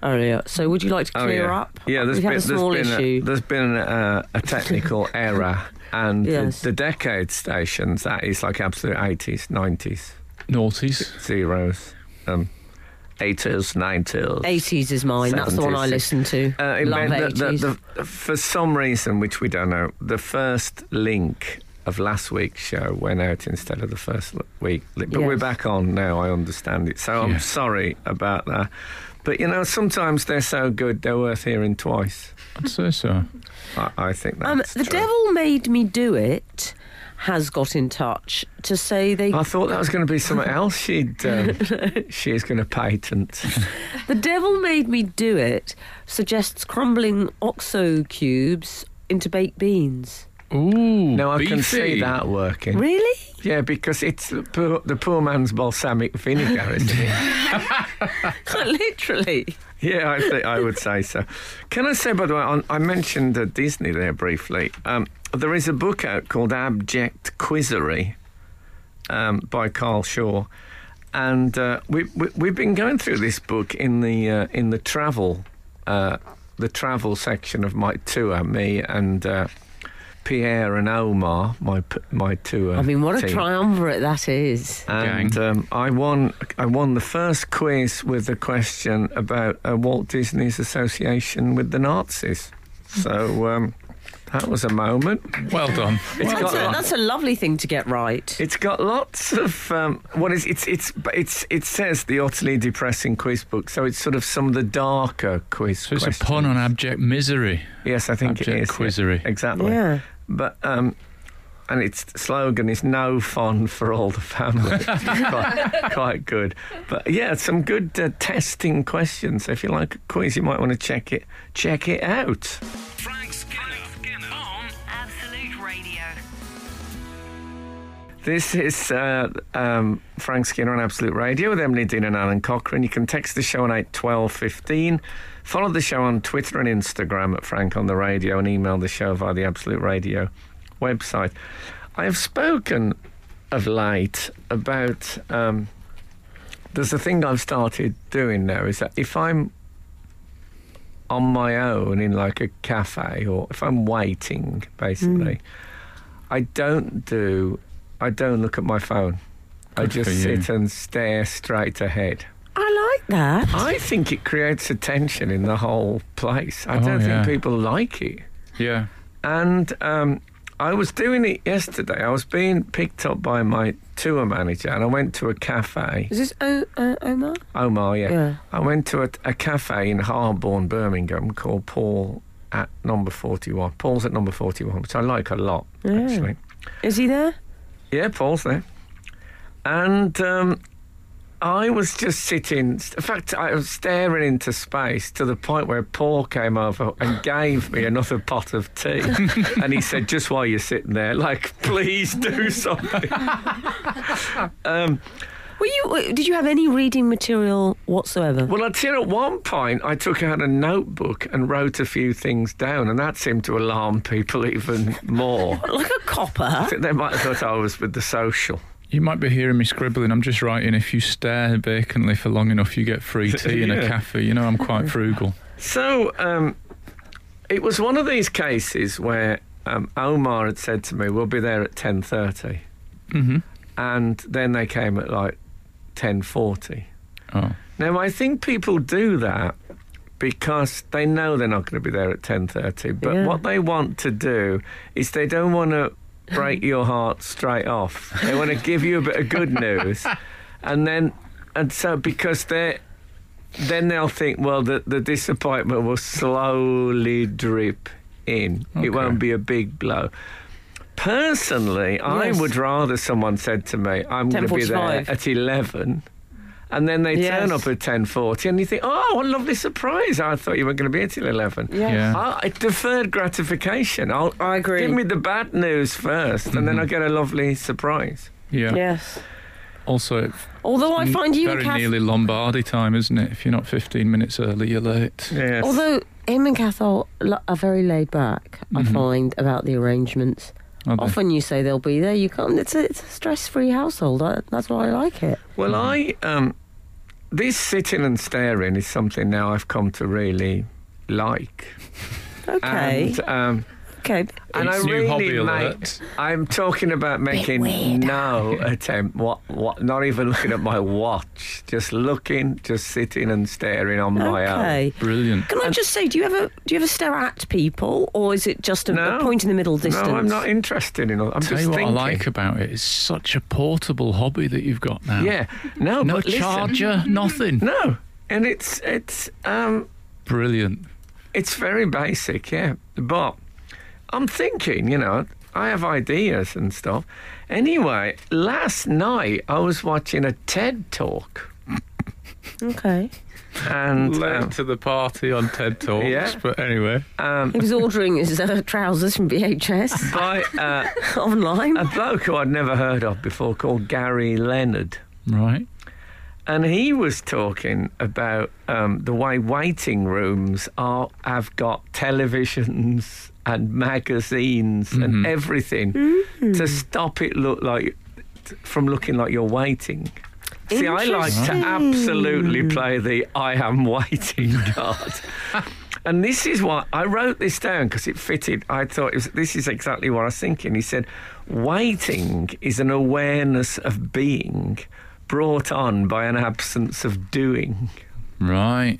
[SPEAKER 5] Oh yeah. So would you like to clear
[SPEAKER 3] Oh, yeah.
[SPEAKER 5] up?
[SPEAKER 3] Yeah, there's
[SPEAKER 5] we've
[SPEAKER 3] been,
[SPEAKER 5] had a small
[SPEAKER 3] there's been,
[SPEAKER 5] issue.
[SPEAKER 3] A, there's been a, a
[SPEAKER 5] [laughs]
[SPEAKER 3] technical error, and
[SPEAKER 5] Yes.
[SPEAKER 3] the, the decade stations, that is like absolute 80s, 90s,
[SPEAKER 4] Noughties.
[SPEAKER 3] zeros, um, 80s, 90s.
[SPEAKER 5] 80s is mine. That's the one I
[SPEAKER 3] 70s.
[SPEAKER 5] listen to.
[SPEAKER 3] Uh, it
[SPEAKER 5] Love
[SPEAKER 3] meant
[SPEAKER 5] 80s.
[SPEAKER 3] that the, the, for some reason, which we don't know, the first link of last week's show went out instead of the first l- week. li- But we're
[SPEAKER 5] Yes.
[SPEAKER 3] back on now, I understand it. So
[SPEAKER 4] Yeah.
[SPEAKER 3] I'm sorry about that. But you know, sometimes they're so good, they're worth hearing twice.
[SPEAKER 4] I'd say so.
[SPEAKER 3] I, I think that's
[SPEAKER 5] um, the
[SPEAKER 3] true.
[SPEAKER 5] devil made me do it. Has got in touch to say they
[SPEAKER 3] I thought that was going to be
[SPEAKER 5] [laughs]
[SPEAKER 3] something else she'd, um, she's going to [laughs] patent.
[SPEAKER 5] The Devil Made Me Do It suggests crumbling OXO cubes into baked beans.
[SPEAKER 4] Ooh.
[SPEAKER 3] No, I can see
[SPEAKER 4] beefy.
[SPEAKER 3] that working.
[SPEAKER 5] Really? [laughs]
[SPEAKER 3] Yeah, because it's the poor, the poor man's balsamic vinegar, isn't it?
[SPEAKER 5] Literally.
[SPEAKER 3] Yeah, I, th- I would say so. Can I say, by the way, on, I mentioned uh, Disney there briefly. Um, there is a book out called Abject Quizzery um, by Carl Shaw, and uh, we, we, we've been going through this book in the uh, in the travel uh, the travel section of my tour. Me and uh, Pierre and Omar, my p- my tour.
[SPEAKER 5] I mean, what a
[SPEAKER 3] team.
[SPEAKER 5] triumvirate that is.
[SPEAKER 3] And um, I won. I won the first quiz with a question about uh, Walt Disney's association with the Nazis. So um, that was a moment.
[SPEAKER 4] Well done.
[SPEAKER 3] It's
[SPEAKER 5] That's a,
[SPEAKER 3] got
[SPEAKER 5] that's a lovely thing to get right.
[SPEAKER 3] it's got lots of um, what is it's it's it's it says the utterly depressing quiz book. So it's sort of some of the darker quiz.
[SPEAKER 4] So it's a
[SPEAKER 3] questions.
[SPEAKER 4] pun on abject misery.
[SPEAKER 3] Yes, I think it
[SPEAKER 4] abject
[SPEAKER 3] is yeah.
[SPEAKER 4] quizzery.
[SPEAKER 3] Exactly.
[SPEAKER 5] Yeah.
[SPEAKER 3] But um, and its slogan is "No fun for all the family." quite, quite good. But yeah, some good uh, testing questions. So if you like a quiz, you might want to check it check it out.
[SPEAKER 1] Frank Skinner, on
[SPEAKER 2] Absolute Radio.
[SPEAKER 3] This is uh, um, Frank Skinner on Absolute Radio with Emily Dean and Alan Cochrane. You can text the show on eight twelve fifteen. Follow the show on Twitter and Instagram at Frank on the Radio and email the show via the Absolute Radio website. I have spoken of late about. Um, there's a thing I've started doing now is that if I'm on my own in like a cafe or if I'm waiting, basically.
[SPEAKER 4] Mm.
[SPEAKER 3] I don't do. I don't look at my phone. I
[SPEAKER 4] Good for
[SPEAKER 3] just
[SPEAKER 4] you.
[SPEAKER 3] sit and stare straight ahead.
[SPEAKER 5] I like that.
[SPEAKER 3] I think it creates a tension in the whole place. I
[SPEAKER 4] Oh,
[SPEAKER 3] don't
[SPEAKER 4] yeah.
[SPEAKER 3] think people like it.
[SPEAKER 4] Yeah.
[SPEAKER 3] And um, I was doing it yesterday. I was being picked up by my tour manager, and I went to a cafe.
[SPEAKER 5] Is this o- uh, Omar?
[SPEAKER 3] Omar, yeah.
[SPEAKER 5] Yeah.
[SPEAKER 3] I went to a, a cafe in Harborne, Birmingham, called Paul at number forty-one. Paul's at number forty-one, which I like a lot, actually.
[SPEAKER 5] Is he there?
[SPEAKER 3] Yeah, Paul's there. And um, I was just sitting. In fact, I was staring into space to the point where Paul came over and gave me another pot of tea. and he said, "Just while you're sitting there, like, please do something."
[SPEAKER 5] Were you? w- Did you have any reading material whatsoever?
[SPEAKER 3] well, I'd seen at one point I took out a notebook and wrote a few things down, and that seemed to alarm people even more.
[SPEAKER 5] like a copper.
[SPEAKER 3] I think they might have thought I was with the social.
[SPEAKER 4] You might be hearing me scribbling. I'm just writing. If you stare vacantly for long enough, you get [laughs] free tea and a
[SPEAKER 3] Yeah.
[SPEAKER 4] cafe. You know, I'm quite frugal.
[SPEAKER 3] So um, it was one of these cases where um, Omar had said to me, "We'll be there at ten 30.
[SPEAKER 4] Mm-hmm.
[SPEAKER 3] and then they came at like ten forty.
[SPEAKER 4] Oh,
[SPEAKER 3] Now I think people do that because they know they're not going to be there at ten thirty. But
[SPEAKER 5] Yeah.
[SPEAKER 3] what they want to do is they don't want to break your heart straight off. They want to give you a bit of good
[SPEAKER 5] [laughs]
[SPEAKER 3] news, and then and so because they then they'll think, well, the the disappointment will slowly drip in.
[SPEAKER 4] Okay.
[SPEAKER 3] It won't be a big blow. Personally, I
[SPEAKER 5] Yes.
[SPEAKER 3] would rather someone said to me, "I'm going to be there
[SPEAKER 5] 10:45.
[SPEAKER 3] at 11 and then they
[SPEAKER 5] Yes.
[SPEAKER 3] turn up at ten forty, and you think, "Oh, what a lovely surprise! I thought you were going to be here till 11.
[SPEAKER 5] Yes.
[SPEAKER 4] Yeah.
[SPEAKER 3] I, I deferred gratification. I'll,
[SPEAKER 5] I agree. Mm-hmm.
[SPEAKER 3] Give me the bad news first, and then I get a lovely surprise.
[SPEAKER 4] yeah.
[SPEAKER 5] Yes.
[SPEAKER 4] Also, it's
[SPEAKER 5] Although I find you and
[SPEAKER 4] very
[SPEAKER 5] Kath.
[SPEAKER 4] nearly Lombardy time, isn't it? If you're not 15 minutes early, you're late.
[SPEAKER 3] Yes. Mm-hmm.
[SPEAKER 5] Although him and Kath are, lo- are very laid back, I find about the arrangements.
[SPEAKER 4] are they?
[SPEAKER 5] Often you say they'll be there. You can't. It's a, it's a stress-free household. I, that's why I like it.
[SPEAKER 3] Well, I
[SPEAKER 5] Mm-hmm.
[SPEAKER 3] um, this sitting and staring is something now I've come to really like.
[SPEAKER 5] Okay.
[SPEAKER 3] And, um,
[SPEAKER 5] okay.
[SPEAKER 3] and I
[SPEAKER 4] It's new
[SPEAKER 3] really
[SPEAKER 4] hobby
[SPEAKER 3] make.
[SPEAKER 4] alert.
[SPEAKER 3] I'm talking about making no attempt. What? What? Not even looking at my watch. Just looking. Just sitting and staring on my uh, own.
[SPEAKER 5] Okay.
[SPEAKER 4] Brilliant.
[SPEAKER 5] Can I just say, do you ever do you ever stare at people, or is it just a, a point in the middle distance?
[SPEAKER 3] No, I'm not interested in. all- I'm
[SPEAKER 4] Tell
[SPEAKER 3] just
[SPEAKER 4] you what
[SPEAKER 3] thinking.
[SPEAKER 4] I like about it. It's such a portable hobby that you've got now.
[SPEAKER 3] Yeah. No,
[SPEAKER 4] No
[SPEAKER 3] but listen.
[SPEAKER 4] charger, nothing.
[SPEAKER 3] No. And it's it's um
[SPEAKER 4] Brilliant.
[SPEAKER 3] it's very basic, yeah. But I'm thinking, you know, I have ideas and stuff. Anyway, last night I was watching a TED talk
[SPEAKER 5] Okay.
[SPEAKER 3] and um,
[SPEAKER 4] to the party on TED Talks.
[SPEAKER 3] Yeah.
[SPEAKER 4] But anyway.
[SPEAKER 3] Um, [laughs]
[SPEAKER 5] He was ordering his uh, trousers from VHS
[SPEAKER 3] by uh,
[SPEAKER 5] [laughs] online.
[SPEAKER 3] a bloke who I'd never heard of before called Gary Leonard.
[SPEAKER 4] Right.
[SPEAKER 3] and he was talking about um, the way waiting rooms are have got televisions [laughs] and magazines and everything to stop it look like from looking like you're waiting. See, I like to
[SPEAKER 5] Interesting.
[SPEAKER 3] absolutely play the I am waiting [laughs] card. And this is what I wrote this down because it fitted. I thought it was, this is exactly what I was thinking. He said, Waiting is an awareness of being brought on by an absence of doing.
[SPEAKER 4] Right.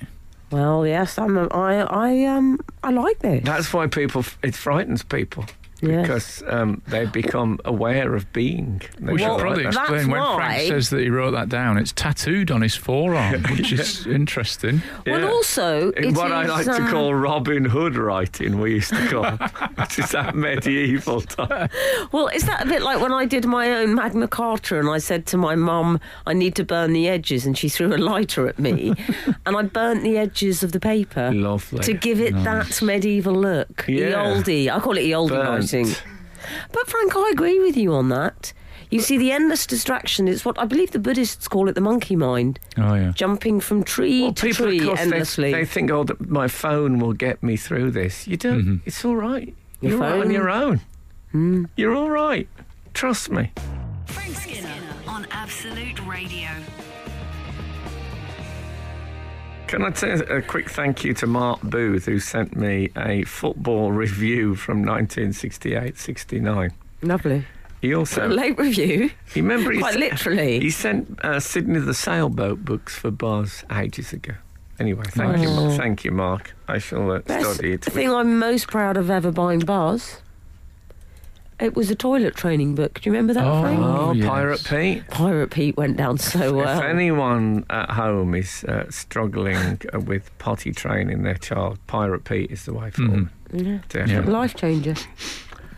[SPEAKER 5] Well, yes, I'm. A, I I um I like this.
[SPEAKER 3] That's why people, f- it frightens people.
[SPEAKER 5] Yes.
[SPEAKER 3] Because um, they become aware of being. They
[SPEAKER 4] We
[SPEAKER 3] feel
[SPEAKER 4] should
[SPEAKER 3] like
[SPEAKER 4] probably
[SPEAKER 3] that.
[SPEAKER 5] that's
[SPEAKER 4] explain when Frank
[SPEAKER 5] why-
[SPEAKER 4] says that he wrote that down. It's tattooed on his
[SPEAKER 5] [laughs]
[SPEAKER 4] forearm, which is interesting.
[SPEAKER 5] well,
[SPEAKER 3] yeah.
[SPEAKER 5] also
[SPEAKER 3] It's
[SPEAKER 5] it
[SPEAKER 3] what I like
[SPEAKER 5] is, um,
[SPEAKER 3] to call Robin Hood writing, we used to call. [laughs] which is that medieval time.
[SPEAKER 5] Well, is that a bit like when I did my own Magna Carta and I said to my mum, "I need to burn the edges," and she threw a lighter
[SPEAKER 3] [laughs]
[SPEAKER 5] at me, and I burnt the edges of the paper
[SPEAKER 3] Lovely.
[SPEAKER 5] to give it that medieval look.
[SPEAKER 3] Yeah.
[SPEAKER 5] Eoldi, I call it eoldi
[SPEAKER 3] Burnt.
[SPEAKER 5] writing. But Frank, I agree with you on that. You see, the endless distraction is what I believe the Buddhists call it the monkey mind,
[SPEAKER 4] Oh, yeah.
[SPEAKER 5] jumping from tree
[SPEAKER 3] Well,
[SPEAKER 5] to
[SPEAKER 3] people, of
[SPEAKER 5] tree
[SPEAKER 3] course, they-
[SPEAKER 5] endlessly.
[SPEAKER 3] They, think, oh, th- my phone will get me through this. You don't. It's all right.
[SPEAKER 5] Mm-hmm. Your
[SPEAKER 3] You're all right on
[SPEAKER 5] phone? Hmm.
[SPEAKER 3] your own. You're all right. Trust me.
[SPEAKER 2] Frank Skinner on Absolute Radio.
[SPEAKER 3] Can I say a quick thank you to Mark Booth, who sent me a football [laughs] review from 1968-69.
[SPEAKER 5] Lovely.
[SPEAKER 3] He
[SPEAKER 5] A
[SPEAKER 3] also,
[SPEAKER 5] late review,
[SPEAKER 3] remember, he,
[SPEAKER 5] quite
[SPEAKER 3] s-
[SPEAKER 5] literally.
[SPEAKER 3] he sent uh, Sydney the Sailboat books for Buzz ages ago. Anyway, thank you, Ma- thank you, Mark. I shall uh,
[SPEAKER 5] Best
[SPEAKER 3] study it. with-
[SPEAKER 5] thing I'm most proud of ever buying bars. It was a toilet training book. Do you remember that,
[SPEAKER 4] Oh.
[SPEAKER 5] Frank?
[SPEAKER 3] Oh,
[SPEAKER 4] Yes.
[SPEAKER 3] Pirate Pete.
[SPEAKER 5] Pirate Pete went down so well. um,
[SPEAKER 3] If anyone at home is uh, struggling uh, with potty training their child, Pirate Pete is the way
[SPEAKER 4] Mm-hmm.
[SPEAKER 3] forward.
[SPEAKER 5] Yeah.
[SPEAKER 3] Definitely.
[SPEAKER 5] Life changer.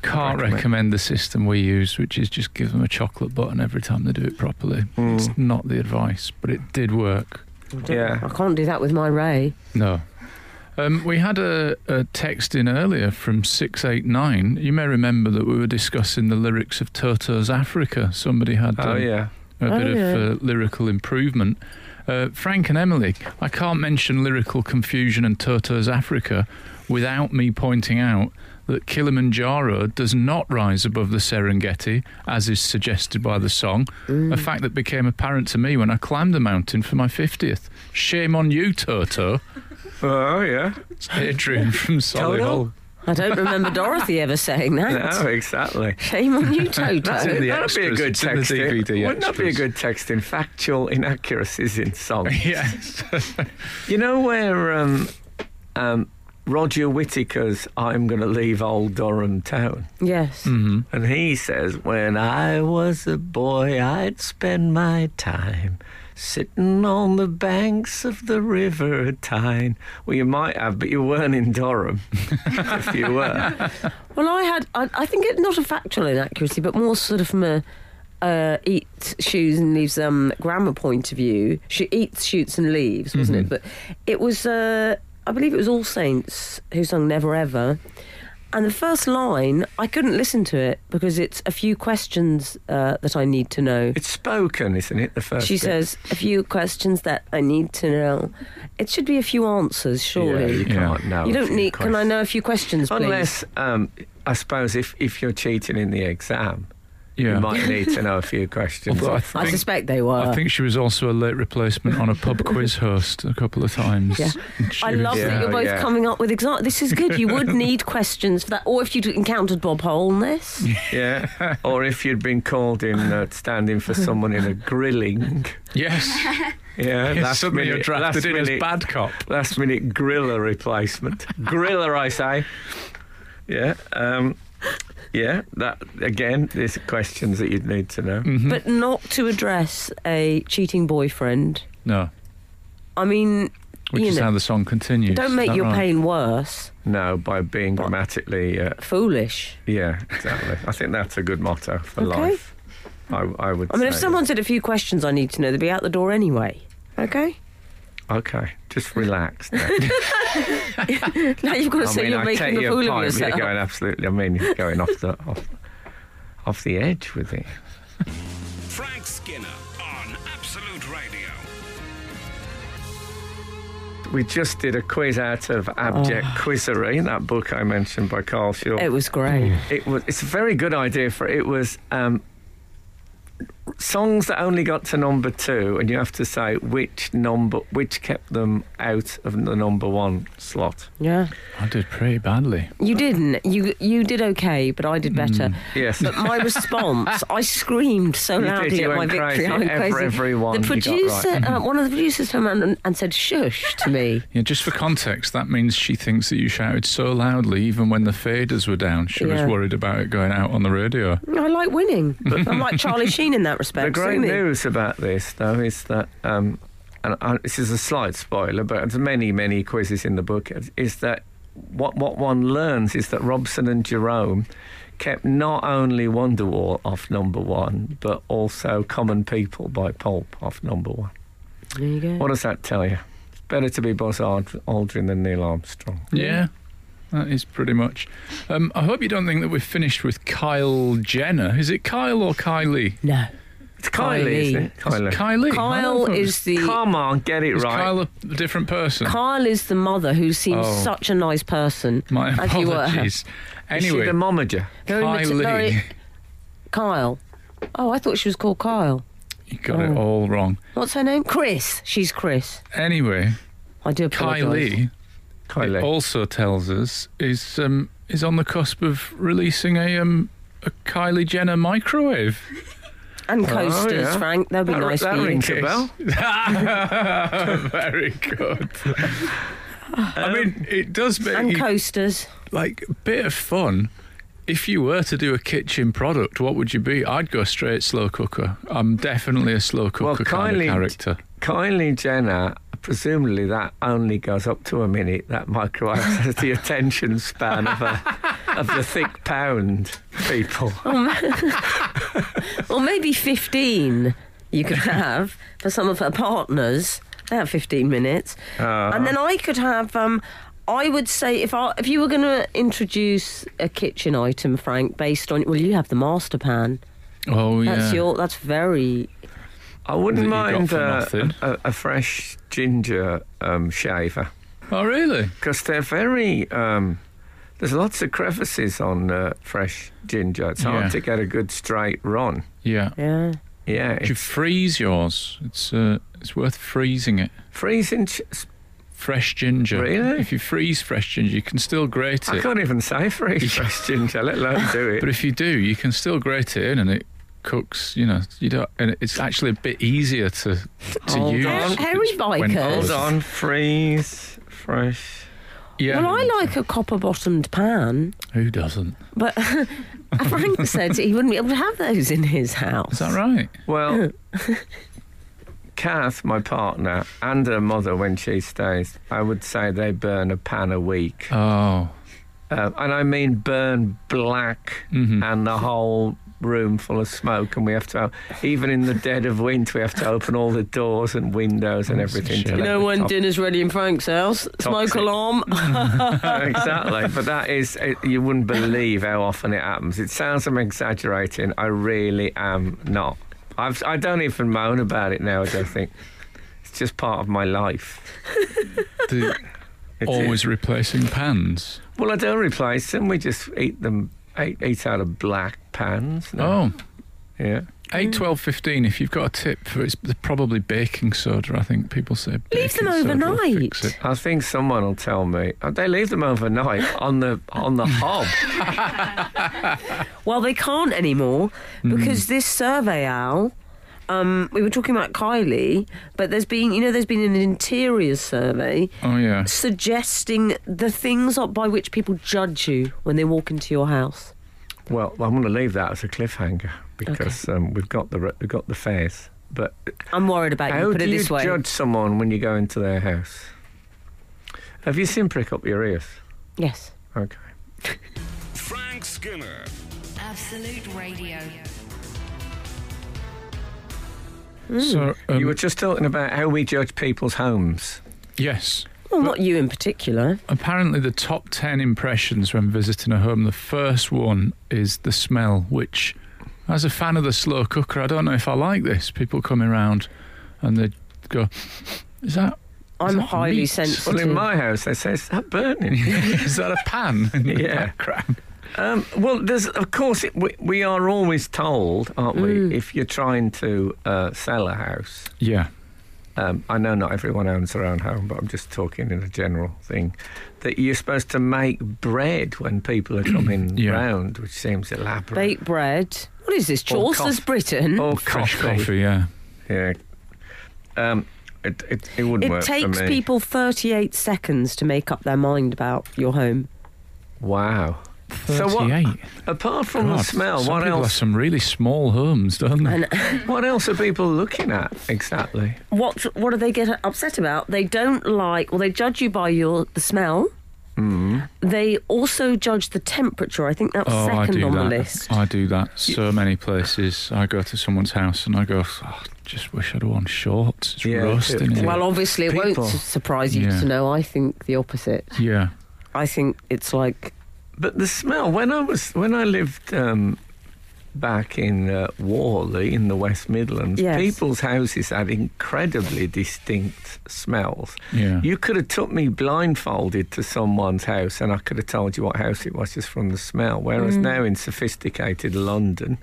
[SPEAKER 4] Can't
[SPEAKER 3] Recommend.
[SPEAKER 4] recommend the system we use, which is just give them a chocolate button every time they do it properly.
[SPEAKER 3] Hmm.
[SPEAKER 4] It's not the advice, but it did work.
[SPEAKER 3] Yeah.
[SPEAKER 5] I can't do that with my Ray.
[SPEAKER 4] No. Um, we had a, a text in earlier from 689. You may remember that we were discussing the lyrics of Toto's Africa. Somebody had
[SPEAKER 3] Oh,
[SPEAKER 4] um,
[SPEAKER 3] yeah.
[SPEAKER 4] a
[SPEAKER 5] Oh,
[SPEAKER 4] bit
[SPEAKER 5] yeah.
[SPEAKER 4] of uh, lyrical improvement. Uh, Frank and Emily, I can't mention lyrical confusion and Toto's Africa without me pointing out that Kilimanjaro does not rise above the Serengeti, as is suggested by the song,
[SPEAKER 5] Mm.
[SPEAKER 4] a fact that became apparent to me when I climbed the mountain for my 50th. Shame on you, Toto.
[SPEAKER 3] Oh, yeah.
[SPEAKER 4] It's
[SPEAKER 5] [laughs]
[SPEAKER 4] Adrian from Solihull.
[SPEAKER 5] I don't remember Dorothy ever saying
[SPEAKER 3] [laughs]
[SPEAKER 5] that.
[SPEAKER 3] No, exactly.
[SPEAKER 5] Shame on you, Toto.
[SPEAKER 4] it.
[SPEAKER 3] That'd be
[SPEAKER 4] the
[SPEAKER 3] a
[SPEAKER 4] extras.
[SPEAKER 3] good
[SPEAKER 4] It's in the
[SPEAKER 3] text. in-
[SPEAKER 4] DVD
[SPEAKER 3] Wouldn't that be a
[SPEAKER 4] extras.
[SPEAKER 3] good text in factual inaccuracies in song?
[SPEAKER 4] [laughs] Yes.
[SPEAKER 3] you know where um, um, Roger Whittaker's I'm Gonna Leave Old Durham Town?
[SPEAKER 5] yes.
[SPEAKER 3] And he says, When I was a boy, I'd spend my time sitting on the banks of the River Tyne. Well, you might have, but you weren't in Durham. if you were.
[SPEAKER 5] Well, I had, I, I think it's not a factual inaccuracy, but more sort of from a uh, eat, shoes and leaves um, grammar point of view. She eats, shoots and leaves, wasn't
[SPEAKER 3] Mm-hmm.
[SPEAKER 5] it? But it was, uh, I believe it was All Saints who sung Never Ever. And the first line, I couldn't listen to it because it's a few questions uh, that I need to know.
[SPEAKER 3] It's spoken, isn't it? The first
[SPEAKER 5] She
[SPEAKER 3] bit?
[SPEAKER 5] says, a few questions that I need to know. It should be a few answers,
[SPEAKER 3] yeah,
[SPEAKER 5] surely.
[SPEAKER 3] you can't know.
[SPEAKER 5] You
[SPEAKER 3] a
[SPEAKER 5] don't
[SPEAKER 3] few
[SPEAKER 5] need. Can I
[SPEAKER 3] questions.
[SPEAKER 5] know a few questions, please?
[SPEAKER 3] Unless, um, I suppose, if, if you're cheating in the exam,
[SPEAKER 4] Yeah.
[SPEAKER 3] you might need to know a
[SPEAKER 5] [laughs]
[SPEAKER 3] few questions.
[SPEAKER 4] Although I
[SPEAKER 5] I
[SPEAKER 4] think-
[SPEAKER 5] suspect they were.
[SPEAKER 4] I think she was also a late replacement on a pub quiz host a couple of times.
[SPEAKER 5] Yeah.
[SPEAKER 4] And she
[SPEAKER 5] I
[SPEAKER 4] was-
[SPEAKER 5] love
[SPEAKER 3] Yeah,
[SPEAKER 5] that you're both
[SPEAKER 3] yeah.
[SPEAKER 5] coming up with examples. This is good. You would need [laughs] questions for that, or if you'd encountered Bob Hole on this.
[SPEAKER 3] yeah. or if you'd been called in uh, standing for someone in a grilling.
[SPEAKER 4] Yes.
[SPEAKER 5] [laughs]
[SPEAKER 3] Yeah,
[SPEAKER 4] yes.
[SPEAKER 3] last
[SPEAKER 4] Suddenly you're
[SPEAKER 3] minute, last
[SPEAKER 4] drafted in as
[SPEAKER 3] minute,
[SPEAKER 4] bad cop.
[SPEAKER 3] last minute griller
[SPEAKER 5] [laughs]
[SPEAKER 3] replacement. griller, I say. Yeah. Um, yeah, that again, there's questions that you'd need to know.
[SPEAKER 5] But not to address a cheating boyfriend.
[SPEAKER 4] No.
[SPEAKER 5] I mean,
[SPEAKER 4] Which
[SPEAKER 5] you
[SPEAKER 4] is
[SPEAKER 5] know,
[SPEAKER 4] how the song continues.
[SPEAKER 5] don't make
[SPEAKER 4] Is that
[SPEAKER 5] your
[SPEAKER 4] right?
[SPEAKER 5] pain worse.
[SPEAKER 3] No, by being dramatically uh,
[SPEAKER 5] Foolish.
[SPEAKER 3] Yeah, exactly. I think that's a good motto for
[SPEAKER 5] Okay.
[SPEAKER 3] life. I, I would.
[SPEAKER 5] I mean, if
[SPEAKER 3] say.
[SPEAKER 5] someone said a few questions I need to know, they'd be out the door anyway. Okay? [laughs]
[SPEAKER 3] Okay, just relax. Now.
[SPEAKER 5] Now you've got to
[SPEAKER 3] I
[SPEAKER 5] say
[SPEAKER 3] mean,
[SPEAKER 5] you're
[SPEAKER 3] I
[SPEAKER 5] making
[SPEAKER 3] take
[SPEAKER 5] a
[SPEAKER 3] your
[SPEAKER 5] fool
[SPEAKER 3] point.
[SPEAKER 5] of
[SPEAKER 3] You're
[SPEAKER 5] yourself.
[SPEAKER 3] going absolutely. I mean, you're going off the off, off the edge with it.
[SPEAKER 1] Frank Skinner on Absolute Radio.
[SPEAKER 3] We just did a quiz out of abject quizery, that book I mentioned by Carl Shaw.
[SPEAKER 5] It was great.
[SPEAKER 3] It was. It's a very good idea for it was. Um, Songs that only got to number two, and you have to say which number, which kept them out of the number one slot.
[SPEAKER 5] Yeah.
[SPEAKER 4] I did pretty badly.
[SPEAKER 5] You didn't. You you did okay, but I did better.
[SPEAKER 3] Mm. Yes,
[SPEAKER 5] But my response, I screamed
[SPEAKER 3] [laughs]
[SPEAKER 5] so
[SPEAKER 3] You did,
[SPEAKER 5] loudly
[SPEAKER 3] you
[SPEAKER 5] at my
[SPEAKER 3] went
[SPEAKER 5] victory.
[SPEAKER 3] crazy.
[SPEAKER 5] I went
[SPEAKER 3] Ev-
[SPEAKER 5] crazy.
[SPEAKER 3] everyone
[SPEAKER 5] the
[SPEAKER 3] you got
[SPEAKER 5] producer, uh, one of the producers, turned around and, and said "shush" to me. [laughs]
[SPEAKER 4] Yeah, just for context, that means she thinks that you shouted so loudly, even when the faders were down. She was
[SPEAKER 5] Yeah.
[SPEAKER 4] worried about it going out on the radio.
[SPEAKER 5] I like winning. I'm like Charlie Sheen in that respect.
[SPEAKER 3] The great
[SPEAKER 5] isn't he?
[SPEAKER 3] news about this, though, is that, um, and I, this is a slight spoiler, but there's many, many quizzes in the book, is that what, what one learns is that Robson and Jerome kept not only Wonderwall off number one, but also Common People by Pulp off number one.
[SPEAKER 4] Mm.
[SPEAKER 5] There you go.
[SPEAKER 3] What does that tell you? It's better to be Buzz Ald- Aldrin than Neil Armstrong.
[SPEAKER 4] Yeah, that is pretty much. Um, I hope you don't think that we're finished with Kyle Jenner. Is it Kyle or Kylie?
[SPEAKER 3] [laughs]
[SPEAKER 5] No,
[SPEAKER 3] It's Kylie,
[SPEAKER 5] Kylie.
[SPEAKER 3] isn't it? Kylie.
[SPEAKER 4] It's Kylie.
[SPEAKER 5] Kyle
[SPEAKER 4] I
[SPEAKER 5] is the
[SPEAKER 3] Come on, get it
[SPEAKER 4] Is
[SPEAKER 3] right.
[SPEAKER 4] Kyle a different person?
[SPEAKER 5] Kyle is the mother who seems
[SPEAKER 4] Oh.
[SPEAKER 5] such a nice person.
[SPEAKER 4] My
[SPEAKER 5] as you were. [laughs]
[SPEAKER 4] apologies.
[SPEAKER 3] Is she
[SPEAKER 4] Anyway,
[SPEAKER 3] the momager?
[SPEAKER 5] Very mat-
[SPEAKER 4] Kylie.
[SPEAKER 5] very- Kyle. Oh, I thought she was called Kyle.
[SPEAKER 4] you got
[SPEAKER 5] Oh.
[SPEAKER 4] it all wrong.
[SPEAKER 5] What's her name? Chris. She's Chris.
[SPEAKER 4] Anyway,
[SPEAKER 5] I do apologise.
[SPEAKER 4] Kylie
[SPEAKER 3] Kylie.
[SPEAKER 4] also tells us is um, is on the cusp of releasing a um, a Kylie Jenner microwave.
[SPEAKER 5] and coasters,
[SPEAKER 3] Oh, yeah.
[SPEAKER 5] Frank. They'll be
[SPEAKER 3] That-
[SPEAKER 5] nice
[SPEAKER 3] that
[SPEAKER 5] for you.
[SPEAKER 3] rings a bell.
[SPEAKER 4] [laughs] Very good.
[SPEAKER 3] Oh.
[SPEAKER 4] I mean, it does
[SPEAKER 5] And
[SPEAKER 4] make you,
[SPEAKER 5] coasters.
[SPEAKER 4] like a bit of fun. If you were to do a kitchen product, what would you be? I'd go straight slow cooker. I'm definitely a slow cooker
[SPEAKER 3] Well,
[SPEAKER 4] kind of
[SPEAKER 3] Kylie-
[SPEAKER 4] character.
[SPEAKER 3] Kylie Jenner, presumably that only goes up to a minute. That microwave has [laughs] the attention span of a, of the thick pound people.
[SPEAKER 5] Or maybe 15 you could have for some of her partners. They have 15 minutes.
[SPEAKER 4] Uh-huh.
[SPEAKER 5] And then I could have. Um, I would say if I, if you were going to introduce a kitchen item, Frank, based on well, you have the master pan.
[SPEAKER 4] Oh yeah,
[SPEAKER 5] That's your. That's very.
[SPEAKER 3] I
[SPEAKER 4] That
[SPEAKER 3] wouldn't
[SPEAKER 4] you got
[SPEAKER 3] mind
[SPEAKER 4] for
[SPEAKER 3] uh,
[SPEAKER 4] nothing.
[SPEAKER 3] a, a fresh ginger um, shaver
[SPEAKER 4] Oh really?
[SPEAKER 3] because they're very. Um, there's lots of crevices on uh, fresh ginger. It's hard
[SPEAKER 4] Yeah.
[SPEAKER 3] to get a good straight run.
[SPEAKER 4] Yeah.
[SPEAKER 5] Yeah.
[SPEAKER 3] Yeah,
[SPEAKER 4] Do you
[SPEAKER 3] it's
[SPEAKER 4] freeze yours? It's uh, it's worth freezing it.
[SPEAKER 3] freezing. Ch- s-
[SPEAKER 4] Fresh ginger.
[SPEAKER 3] Really?
[SPEAKER 4] If you freeze fresh ginger, you can still grate
[SPEAKER 3] I
[SPEAKER 4] it.
[SPEAKER 3] can't even say [laughs]
[SPEAKER 4] [laughs]
[SPEAKER 3] freeze fresh ginger. Let alone do it.
[SPEAKER 4] But if you do, you can still grate it in, and it cooks. You know, you don't, and it's actually a bit easier to to
[SPEAKER 3] Hold
[SPEAKER 4] use.
[SPEAKER 3] on.
[SPEAKER 4] if
[SPEAKER 5] Hairy
[SPEAKER 4] it's when
[SPEAKER 5] bikers.
[SPEAKER 4] cooked.
[SPEAKER 3] Hold on, freeze fresh.
[SPEAKER 4] Yeah.
[SPEAKER 5] Well, I like a copper-bottomed pan,
[SPEAKER 4] Who doesn't?
[SPEAKER 5] but [laughs] Frank said he wouldn't be able to have those in his house.
[SPEAKER 4] Is that right? [laughs]
[SPEAKER 3] Well, Kath, my partner, and her mother, when she stays, I would say they burn a pan a week. Uh,
[SPEAKER 4] Oh, Mm-hmm.
[SPEAKER 3] Um, and I mean burn black and the whole room full of smoke, and we have to, even in the dead of winter, we have to open all the doors and windows and
[SPEAKER 4] That's Oh, a
[SPEAKER 3] everything. to
[SPEAKER 4] shame.
[SPEAKER 3] let
[SPEAKER 5] No
[SPEAKER 3] the
[SPEAKER 5] one
[SPEAKER 3] top-
[SPEAKER 5] dinner's ready in Frank's house.
[SPEAKER 3] Toxic.
[SPEAKER 5] Smoke alarm. [laughs]
[SPEAKER 3] [laughs] exactly. But that is, it, you wouldn't believe how often it happens. It sounds I'm exaggerating. I really am not. I've, I don't even moan about it nowadays. I think it's just part of my life.
[SPEAKER 4] The-
[SPEAKER 3] [laughs] It is.
[SPEAKER 4] always replacing pans.
[SPEAKER 3] Well, I don't replace them. We just eat them. Eat, eat out of black pans. now.
[SPEAKER 4] Oh,
[SPEAKER 3] yeah.
[SPEAKER 4] 8, 12, 15, if you've got a tip for it's probably baking soda, I think people say.
[SPEAKER 5] Leave them
[SPEAKER 4] baking soda will fix
[SPEAKER 5] overnight.
[SPEAKER 4] it.
[SPEAKER 3] I think someone will tell me. Oh, They leave them overnight on the on the hob.
[SPEAKER 5] Well, they can't anymore
[SPEAKER 3] Hmm.
[SPEAKER 5] because this survey, Al. Um, we were talking about Kylie, but there's been, you know, there's been an interior survey
[SPEAKER 4] Oh, yeah.
[SPEAKER 5] suggesting the things by which people judge you when they walk into your house.
[SPEAKER 3] Well, I'm going to leave that as a cliffhanger because um, we've got the re- we've got the fares. But
[SPEAKER 5] I'm worried about
[SPEAKER 3] how
[SPEAKER 5] you. Put
[SPEAKER 3] do
[SPEAKER 5] it
[SPEAKER 3] you
[SPEAKER 5] this way.
[SPEAKER 3] judge someone when you go into their house? Have you seen prick up your ears?
[SPEAKER 5] Yes.
[SPEAKER 3] Okay.
[SPEAKER 1] Frank Skinner.
[SPEAKER 2] Absolute Radio.
[SPEAKER 5] Mm.
[SPEAKER 4] So, um,
[SPEAKER 3] you were just talking about how we judge people's homes.
[SPEAKER 4] yes.
[SPEAKER 5] Well, not you in particular.
[SPEAKER 4] Apparently, the top 10 impressions when visiting a home, the first one is the smell, which, as a fan of the slow cooker, I don't know if I like this. People coming around and they go, Is that. [laughs]
[SPEAKER 5] I'm
[SPEAKER 4] that
[SPEAKER 5] highly
[SPEAKER 4] meat?
[SPEAKER 5] sensitive.
[SPEAKER 3] Well, in my house, they say, "Is that
[SPEAKER 4] [laughs]
[SPEAKER 3] burning?"
[SPEAKER 4] is that a pan? [laughs] in the
[SPEAKER 3] Yeah.
[SPEAKER 4] background?
[SPEAKER 3] Um, well, there's of course it, we, we are always told, aren't we,
[SPEAKER 5] Mm.
[SPEAKER 3] if you're trying to uh, sell a house.
[SPEAKER 4] Yeah.
[SPEAKER 3] Um, I know not everyone owns their own home, but I'm just talking in a general thing. That you're supposed to make bread when people are coming
[SPEAKER 4] [clears throat] Yeah.
[SPEAKER 3] round, which seems elaborate.
[SPEAKER 5] Baked bread. What is this?
[SPEAKER 3] Or
[SPEAKER 5] Chaucer's
[SPEAKER 3] coff-
[SPEAKER 5] Britain.
[SPEAKER 3] or
[SPEAKER 4] Fresh coffee, yeah.
[SPEAKER 3] Yeah. Um, it, it, it wouldn't
[SPEAKER 5] it
[SPEAKER 3] work
[SPEAKER 5] takes
[SPEAKER 3] for me.
[SPEAKER 5] people 38 seconds to make up their mind about your home.
[SPEAKER 3] Wow. So
[SPEAKER 4] 38.
[SPEAKER 3] what? Apart from the
[SPEAKER 4] God,
[SPEAKER 3] smell,
[SPEAKER 4] some
[SPEAKER 3] what
[SPEAKER 4] people Have
[SPEAKER 3] else?
[SPEAKER 4] some really small homes, don't they?
[SPEAKER 3] What else are people looking at exactly?
[SPEAKER 5] What what do they get upset about? They don't like. Well, they judge you by your the smell. They also judge the temperature. I think that's
[SPEAKER 4] Oh, I
[SPEAKER 5] second
[SPEAKER 4] do
[SPEAKER 5] on
[SPEAKER 4] that.
[SPEAKER 5] the list.
[SPEAKER 4] I do that so many places. I go to someane's house and I go, "Oh, I just wish I'd worn shorts. It's
[SPEAKER 3] Yeah,
[SPEAKER 4] roasting.
[SPEAKER 3] it-
[SPEAKER 4] in
[SPEAKER 5] Well,
[SPEAKER 4] here."
[SPEAKER 5] obviously, it
[SPEAKER 3] People.
[SPEAKER 5] won't su- surprise you
[SPEAKER 4] Yeah.
[SPEAKER 5] to know. I think the opposite.
[SPEAKER 4] yeah.
[SPEAKER 5] I think it's like
[SPEAKER 3] But the smell. When I was when I lived um, back in uh, Worley in the West Midlands,
[SPEAKER 5] Yes.
[SPEAKER 3] people's houses had incredibly distinct smells.
[SPEAKER 4] Yeah.
[SPEAKER 3] You could have took me blindfolded to someone's house, and I could have told you what house it was just from the smell. Whereas
[SPEAKER 5] Mm.
[SPEAKER 3] now in sophisticated London.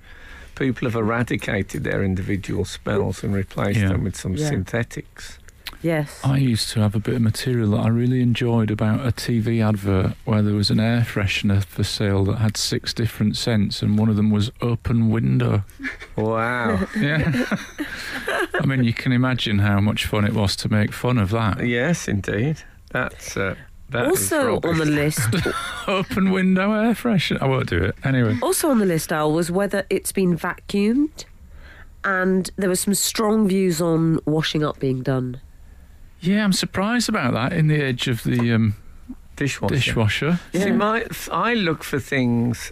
[SPEAKER 3] People have eradicated their individual smells and replaced
[SPEAKER 4] Yeah.
[SPEAKER 3] them with some
[SPEAKER 5] Yeah.
[SPEAKER 3] synthetics.
[SPEAKER 5] yes.
[SPEAKER 4] I used to have a bit of material that I really enjoyed about a TV advert where there was an air freshener for sale that had six different scents, and one of them was open window.
[SPEAKER 3] Wow.
[SPEAKER 5] [laughs]
[SPEAKER 4] Yeah. [laughs] I mean, you can imagine how much fun it was to make fun of that.
[SPEAKER 3] yes, indeed. That's uh, that is
[SPEAKER 5] also on the
[SPEAKER 3] rubbish.
[SPEAKER 5] list.
[SPEAKER 4] Open window air freshener. I won't do it. Anyway.
[SPEAKER 5] Also on the list, Al, was whether it's been vacuumed, and there were some strong views on washing up being done.
[SPEAKER 4] Yeah, I'm surprised about that in the age of the um,
[SPEAKER 3] dishwasher.
[SPEAKER 4] dishwasher.
[SPEAKER 3] See, my I look for things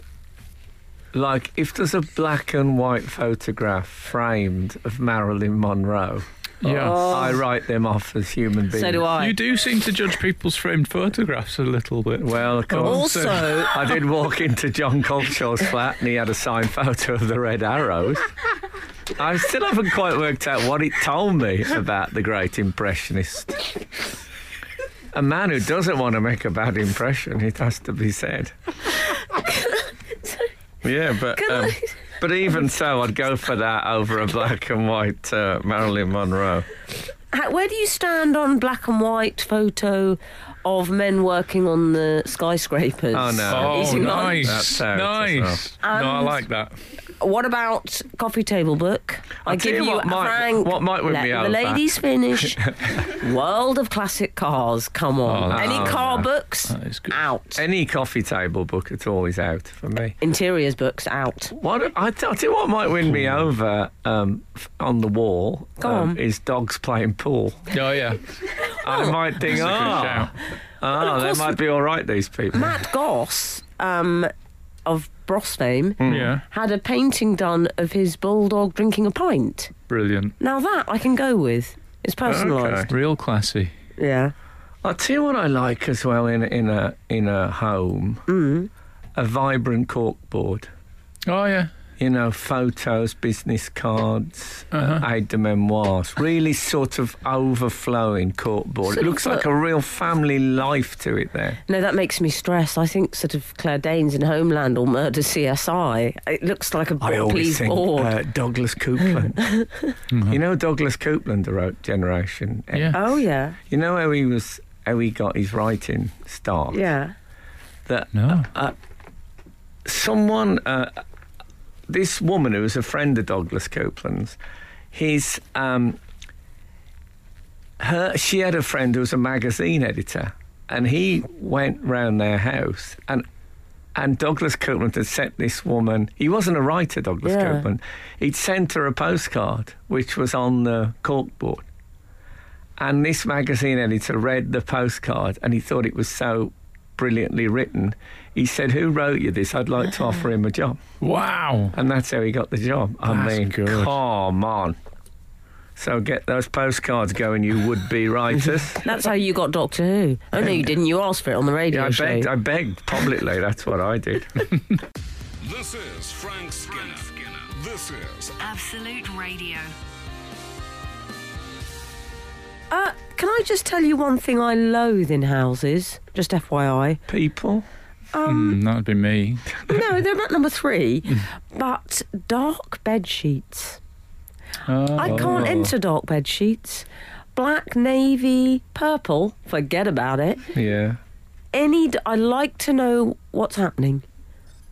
[SPEAKER 3] like if there's a black and white photograph framed of Marilyn Monroe,
[SPEAKER 4] Yeah.
[SPEAKER 3] I write them off as human beings.
[SPEAKER 5] So do I.
[SPEAKER 4] You do seem to judge people's framed photographs a little bit.
[SPEAKER 3] Well, of course.
[SPEAKER 5] Also,
[SPEAKER 3] I did walk into John Colshaw's flat and he had a signed photo of the Red Arrows. I still haven't quite worked out what it told me about the great impressionist. A man who doesn't want to make a bad impression, it has to be said. Yeah, but
[SPEAKER 5] Can
[SPEAKER 3] um,
[SPEAKER 5] I-
[SPEAKER 3] but even so, I'd go for that over a black and white uh, Marilyn Monroe.
[SPEAKER 5] How- where do you stand on black and white photo of men working on the skyscrapers?
[SPEAKER 3] Oh, no.
[SPEAKER 4] Oh,
[SPEAKER 5] Eating lunch?
[SPEAKER 3] That's
[SPEAKER 4] nice.
[SPEAKER 3] out as
[SPEAKER 4] Nice. no, I
[SPEAKER 5] And-
[SPEAKER 4] like that.
[SPEAKER 5] What about coffee table book? I
[SPEAKER 3] I'll tell
[SPEAKER 5] give
[SPEAKER 3] you
[SPEAKER 5] you,
[SPEAKER 3] what might-
[SPEAKER 5] Frank.
[SPEAKER 3] what might win
[SPEAKER 5] let
[SPEAKER 3] me
[SPEAKER 5] the
[SPEAKER 3] over.
[SPEAKER 5] ladies
[SPEAKER 3] [laughs]
[SPEAKER 5] finish. World of classic cars. Come on.
[SPEAKER 4] Oh,
[SPEAKER 5] Any
[SPEAKER 4] no,
[SPEAKER 5] car
[SPEAKER 4] no.
[SPEAKER 5] books?
[SPEAKER 4] That is good.
[SPEAKER 5] Out.
[SPEAKER 3] Any coffee table book at all is out for me.
[SPEAKER 5] Interiors books out.
[SPEAKER 3] What I t- I'll tell you what might win me over um, f- on the wall
[SPEAKER 5] Go
[SPEAKER 3] um,
[SPEAKER 5] on.
[SPEAKER 3] is dogs playing pool.
[SPEAKER 4] Oh, yeah.
[SPEAKER 3] I might think, oh,
[SPEAKER 4] Ah. shout.
[SPEAKER 3] oh they might be all right. These people.
[SPEAKER 5] Matt Goss um, of Bros fame,
[SPEAKER 3] Hmm.
[SPEAKER 4] Hmm. Yeah,
[SPEAKER 5] had a painting done of his bulldog drinking a pint.
[SPEAKER 4] brilliant.
[SPEAKER 5] Now that I can go with. It's
[SPEAKER 3] Oh,
[SPEAKER 5] personalised.
[SPEAKER 4] Real classy.
[SPEAKER 5] Yeah.
[SPEAKER 3] I'll tell you what I like as well in in a in a home.
[SPEAKER 5] Mm.
[SPEAKER 3] A vibrant corkboard.
[SPEAKER 4] Oh yeah,
[SPEAKER 3] You know, photos, business cards, uh
[SPEAKER 4] Uh-huh.
[SPEAKER 3] aide de memoires. Really sort of overflowing corkboard.
[SPEAKER 5] So
[SPEAKER 3] it looks
[SPEAKER 5] you've
[SPEAKER 3] like
[SPEAKER 5] got-
[SPEAKER 3] a real family life to it there.
[SPEAKER 5] No, that makes me stressed. I think sort of Claire Danes in Homeland or Murder CSI. It looks like a
[SPEAKER 3] I
[SPEAKER 5] please
[SPEAKER 3] always think
[SPEAKER 5] board.
[SPEAKER 3] uh, Douglas Coupland. You know Douglas Coupland wrote Generation X?
[SPEAKER 4] Mm-hmm. Yeah.
[SPEAKER 5] oh yeah,
[SPEAKER 3] You know how he was, how he got his writing start.
[SPEAKER 5] yeah.
[SPEAKER 3] That uh,
[SPEAKER 4] no.
[SPEAKER 3] someone, uh, this woman who was a friend of Douglas Coupland's, his, um, her, she had a friend who was a magazine editor, and he went round their house and. And Douglas Copeland had sent this woman, he wasn't a writer, Douglas
[SPEAKER 5] Yeah.
[SPEAKER 3] Copeland, he'd sent her a postcard which was on the corkboard. And this magazine editor read the postcard and he thought it was so brilliantly written. He said, Who wrote you this? I'd like to offer him a job.
[SPEAKER 4] Wow.
[SPEAKER 3] And that's how he got the job. I
[SPEAKER 4] That's
[SPEAKER 3] mean,
[SPEAKER 4] good.
[SPEAKER 3] come on. So get those postcards going, you would
[SPEAKER 5] [laughs]
[SPEAKER 3] be writers.
[SPEAKER 5] That's how you got Doctor Who. Oh no, you didn't. You asked for it on the radio
[SPEAKER 3] yeah, I
[SPEAKER 5] show.
[SPEAKER 3] begged, I begged publicly, that's what I did.
[SPEAKER 5] [laughs]
[SPEAKER 1] This is Frank Skinner. This is
[SPEAKER 2] Absolute Radio.
[SPEAKER 5] Uh, can I just tell you one thing I loathe in houses?
[SPEAKER 3] [laughs]
[SPEAKER 5] Just FYI.
[SPEAKER 3] People.
[SPEAKER 5] Um,
[SPEAKER 4] Mm, that'd be me.
[SPEAKER 5] no, they're at number three,
[SPEAKER 3] Mm.
[SPEAKER 5] but dark bed sheets.
[SPEAKER 4] Oh.
[SPEAKER 5] I can't enter dark bed sheets. Black, navy, purple. Forget about it.
[SPEAKER 3] Yeah.
[SPEAKER 5] Any. D- I like to know what's happening.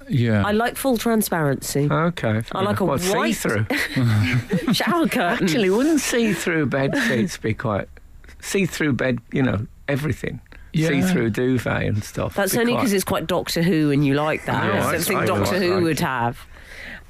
[SPEAKER 4] Yeah.
[SPEAKER 5] I like full transparency.
[SPEAKER 3] Okay.
[SPEAKER 5] I like a
[SPEAKER 3] Well,
[SPEAKER 5] white-
[SPEAKER 3] see-through. [laughs]
[SPEAKER 5] Shower curtain.
[SPEAKER 3] Actually, wouldn't see-through
[SPEAKER 5] [laughs]
[SPEAKER 3] bed sheets be quite see-through bed? You know, everything
[SPEAKER 4] Yeah.
[SPEAKER 3] see-through duvet and stuff.
[SPEAKER 5] That's
[SPEAKER 3] be
[SPEAKER 5] only
[SPEAKER 3] quite-
[SPEAKER 5] because it's quite Doctor Who and you like that.
[SPEAKER 3] No,
[SPEAKER 5] That's
[SPEAKER 3] I-
[SPEAKER 5] something
[SPEAKER 3] I
[SPEAKER 5] Doctor
[SPEAKER 3] like
[SPEAKER 5] Who
[SPEAKER 3] that.
[SPEAKER 5] would have.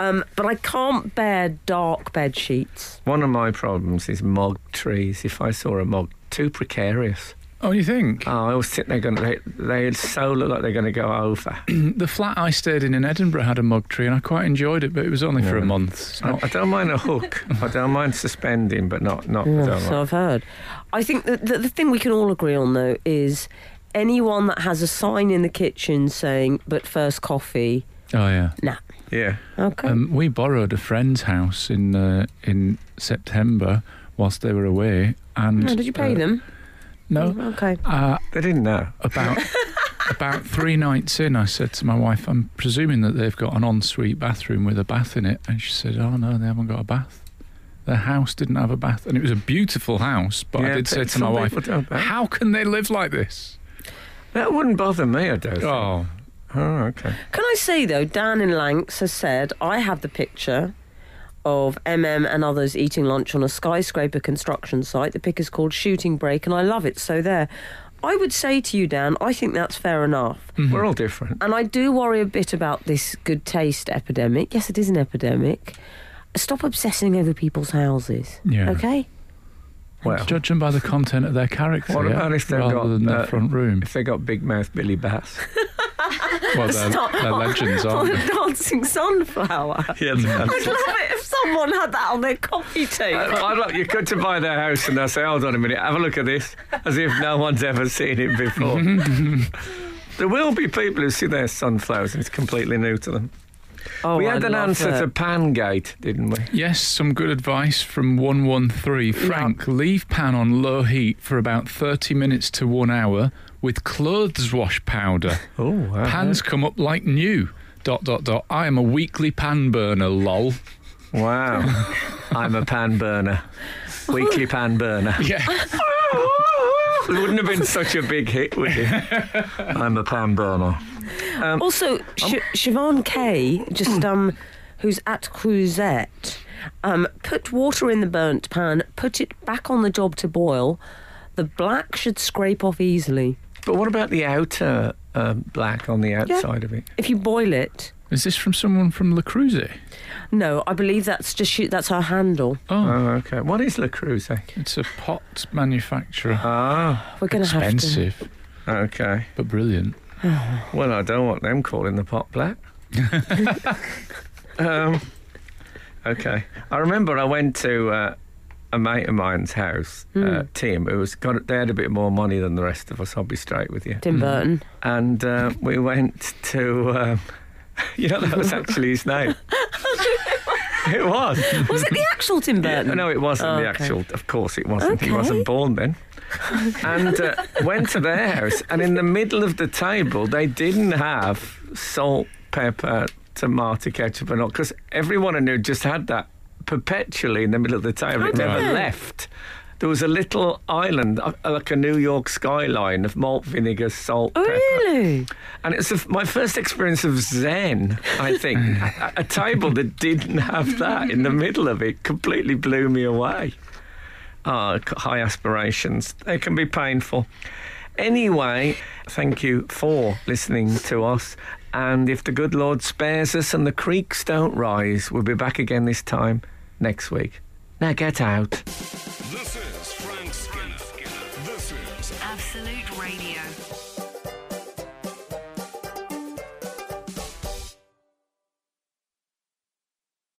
[SPEAKER 5] Um, but I can't bear dark bed sheets.
[SPEAKER 3] one of my problems is mog trees. If I saw a mog, too precarious.
[SPEAKER 4] oh, you think?
[SPEAKER 5] Um.
[SPEAKER 3] Oh, I always think they're going to. They, they so look like they're going to go over.
[SPEAKER 4] Hmm, the flat I stayed in in Edinburgh had a mug tree, and I quite enjoyed it, but it was only for a
[SPEAKER 3] Yeah.
[SPEAKER 4] month. It's
[SPEAKER 3] I,
[SPEAKER 4] not-
[SPEAKER 3] Oh, I don't mind a hook. I don't mind suspending, but not not. I
[SPEAKER 5] Yeah,
[SPEAKER 3] don't
[SPEAKER 5] so
[SPEAKER 3] like.
[SPEAKER 5] I've heard. I think that the, the thing we can all agree on though is anyone that has a sign in the kitchen saying "but first coffee,"
[SPEAKER 4] oh yeah.
[SPEAKER 5] nah.
[SPEAKER 3] Yeah.
[SPEAKER 5] Okay.
[SPEAKER 4] Um, we borrowed a friend's house in uh, in September whilst they were away, and
[SPEAKER 5] no, Oh, did you pay
[SPEAKER 4] uh,
[SPEAKER 5] them? Oh.
[SPEAKER 4] No,
[SPEAKER 5] Okay.
[SPEAKER 4] uh,
[SPEAKER 3] They didn't know.
[SPEAKER 4] about about three nights in, I said to my wife, "I'm presuming that they've got an ensuite bathroom with a bath in it," and she said, "Oh no, they haven't got a bath. Their house didn't have a bath, and it was a beautiful house." But
[SPEAKER 3] Yeah,
[SPEAKER 4] I did
[SPEAKER 3] but
[SPEAKER 4] say to
[SPEAKER 3] some
[SPEAKER 4] my wife,
[SPEAKER 3] people don't bat.
[SPEAKER 4] "How can they live like this?"
[SPEAKER 3] That wouldn't bother me. I don't. think.
[SPEAKER 4] Oh,
[SPEAKER 3] Oh, okay.
[SPEAKER 5] Can I say though, Dan in Lancs has said I have the picture of MM and others eating lunch on a skyscraper construction site. The pic is called Shooting Break, and I love it. So there. I would say to you, Dan, I think that's fair enough.
[SPEAKER 3] We're all different.
[SPEAKER 5] And I do worry a bit about this good taste epidemic. Yes, it is an epidemic. Stop obsessing over people's houses.
[SPEAKER 4] Yeah.
[SPEAKER 5] Okay?
[SPEAKER 3] Well,
[SPEAKER 4] judge them by the content of their character.
[SPEAKER 3] What
[SPEAKER 4] yeah,
[SPEAKER 3] about if they've
[SPEAKER 4] rather
[SPEAKER 3] got,
[SPEAKER 4] than their
[SPEAKER 3] uh,
[SPEAKER 4] front room?
[SPEAKER 3] if they got big mouth Billy
[SPEAKER 5] [laughs]
[SPEAKER 3] Bass. [laughs]
[SPEAKER 4] Well, they're, they're legends,
[SPEAKER 5] On
[SPEAKER 4] aren't
[SPEAKER 5] a
[SPEAKER 4] they?
[SPEAKER 5] [laughs] dancing sunflower.
[SPEAKER 4] [laughs]
[SPEAKER 3] yeah. [laughs]
[SPEAKER 5] I'd love it if someone had that on their coffee table.
[SPEAKER 3] I'd like you could to buy their house and they'll say, hold on a minute, have a look at this, as if no one's ever seen it
[SPEAKER 5] [laughs]
[SPEAKER 3] before. there will be people who see their sunflowers and it's completely new to them.
[SPEAKER 5] Oh,
[SPEAKER 3] we
[SPEAKER 5] I
[SPEAKER 3] had an
[SPEAKER 5] love
[SPEAKER 3] answer
[SPEAKER 5] it.
[SPEAKER 3] to Pangate, didn't we?
[SPEAKER 4] Yes, some good advice from 113. Frank, leave pan on low heat for about 30 minutes to one hour with clothes wash [laughs] powder.
[SPEAKER 3] Oh, wow.
[SPEAKER 4] Pans come up like new. Dot, dot, dot. I am a weekly pan burner, lol.
[SPEAKER 3] Wow. I'm a pan burner. Weekly pan burner.
[SPEAKER 4] Yeah.
[SPEAKER 3] [laughs] It wouldn't have been such a big hit, would it? I'm a pan burner.
[SPEAKER 5] Also, Sh- Siobhan Kay, just um, who's at Cruzette, um, put water in the burnt pan, put it back on the job to boil. The black should scrape off easily.
[SPEAKER 3] But what about the outer um, black on the outside of it?
[SPEAKER 5] If you boil it,
[SPEAKER 4] Is this from someone from La Cruze?
[SPEAKER 5] no, I believe that's just she, that's her handle.
[SPEAKER 4] Oh,
[SPEAKER 3] Oh, okay. What is La Cruz?
[SPEAKER 4] it's a pot manufacturer.
[SPEAKER 3] Ah,
[SPEAKER 5] We're going to have to.
[SPEAKER 4] Expensive,
[SPEAKER 3] okay.
[SPEAKER 4] but brilliant.
[SPEAKER 3] Well, I don't want them calling the pot black. Um, okay. I remember I went to uh, a mate of mine's house, uh, Tim, who was got, they had a bit more money than the rest of us. I'll be straight with you.
[SPEAKER 5] Tim Burton.
[SPEAKER 3] And uh, we went to, um, [laughs] you know, that was actually his name. it was.
[SPEAKER 5] Was it the actual Tim Burton?
[SPEAKER 3] No, it wasn't
[SPEAKER 5] Oh,
[SPEAKER 3] the
[SPEAKER 5] okay.
[SPEAKER 3] actual. Of course, it wasn't. He
[SPEAKER 5] Okay.
[SPEAKER 3] wasn't born
[SPEAKER 5] [laughs]
[SPEAKER 3] then. and uh, went to their house, and in the middle of the table, they didn't have salt, pepper, tomato, ketchup, and all because everyone I knew just had that perpetually in the middle of the table. It
[SPEAKER 5] Oh, did
[SPEAKER 3] never
[SPEAKER 5] they?
[SPEAKER 3] left. There was a little island, uh, like a New York skyline, of malt vinegar, salt,
[SPEAKER 5] Oh,
[SPEAKER 3] pepper.
[SPEAKER 5] really?
[SPEAKER 3] And it's the f- my first experience of Zen, I think. a, a table that didn't have that in the middle of it completely blew me away. Ah, c- high aspirations. They can be painful. Anyway, thank you for listening to us. And if the good Lord spares us and the creeks don't rise, we'll be back again this time next week. Now get out.
[SPEAKER 1] This is Frank Skinner. This is
[SPEAKER 2] Absolute Radio.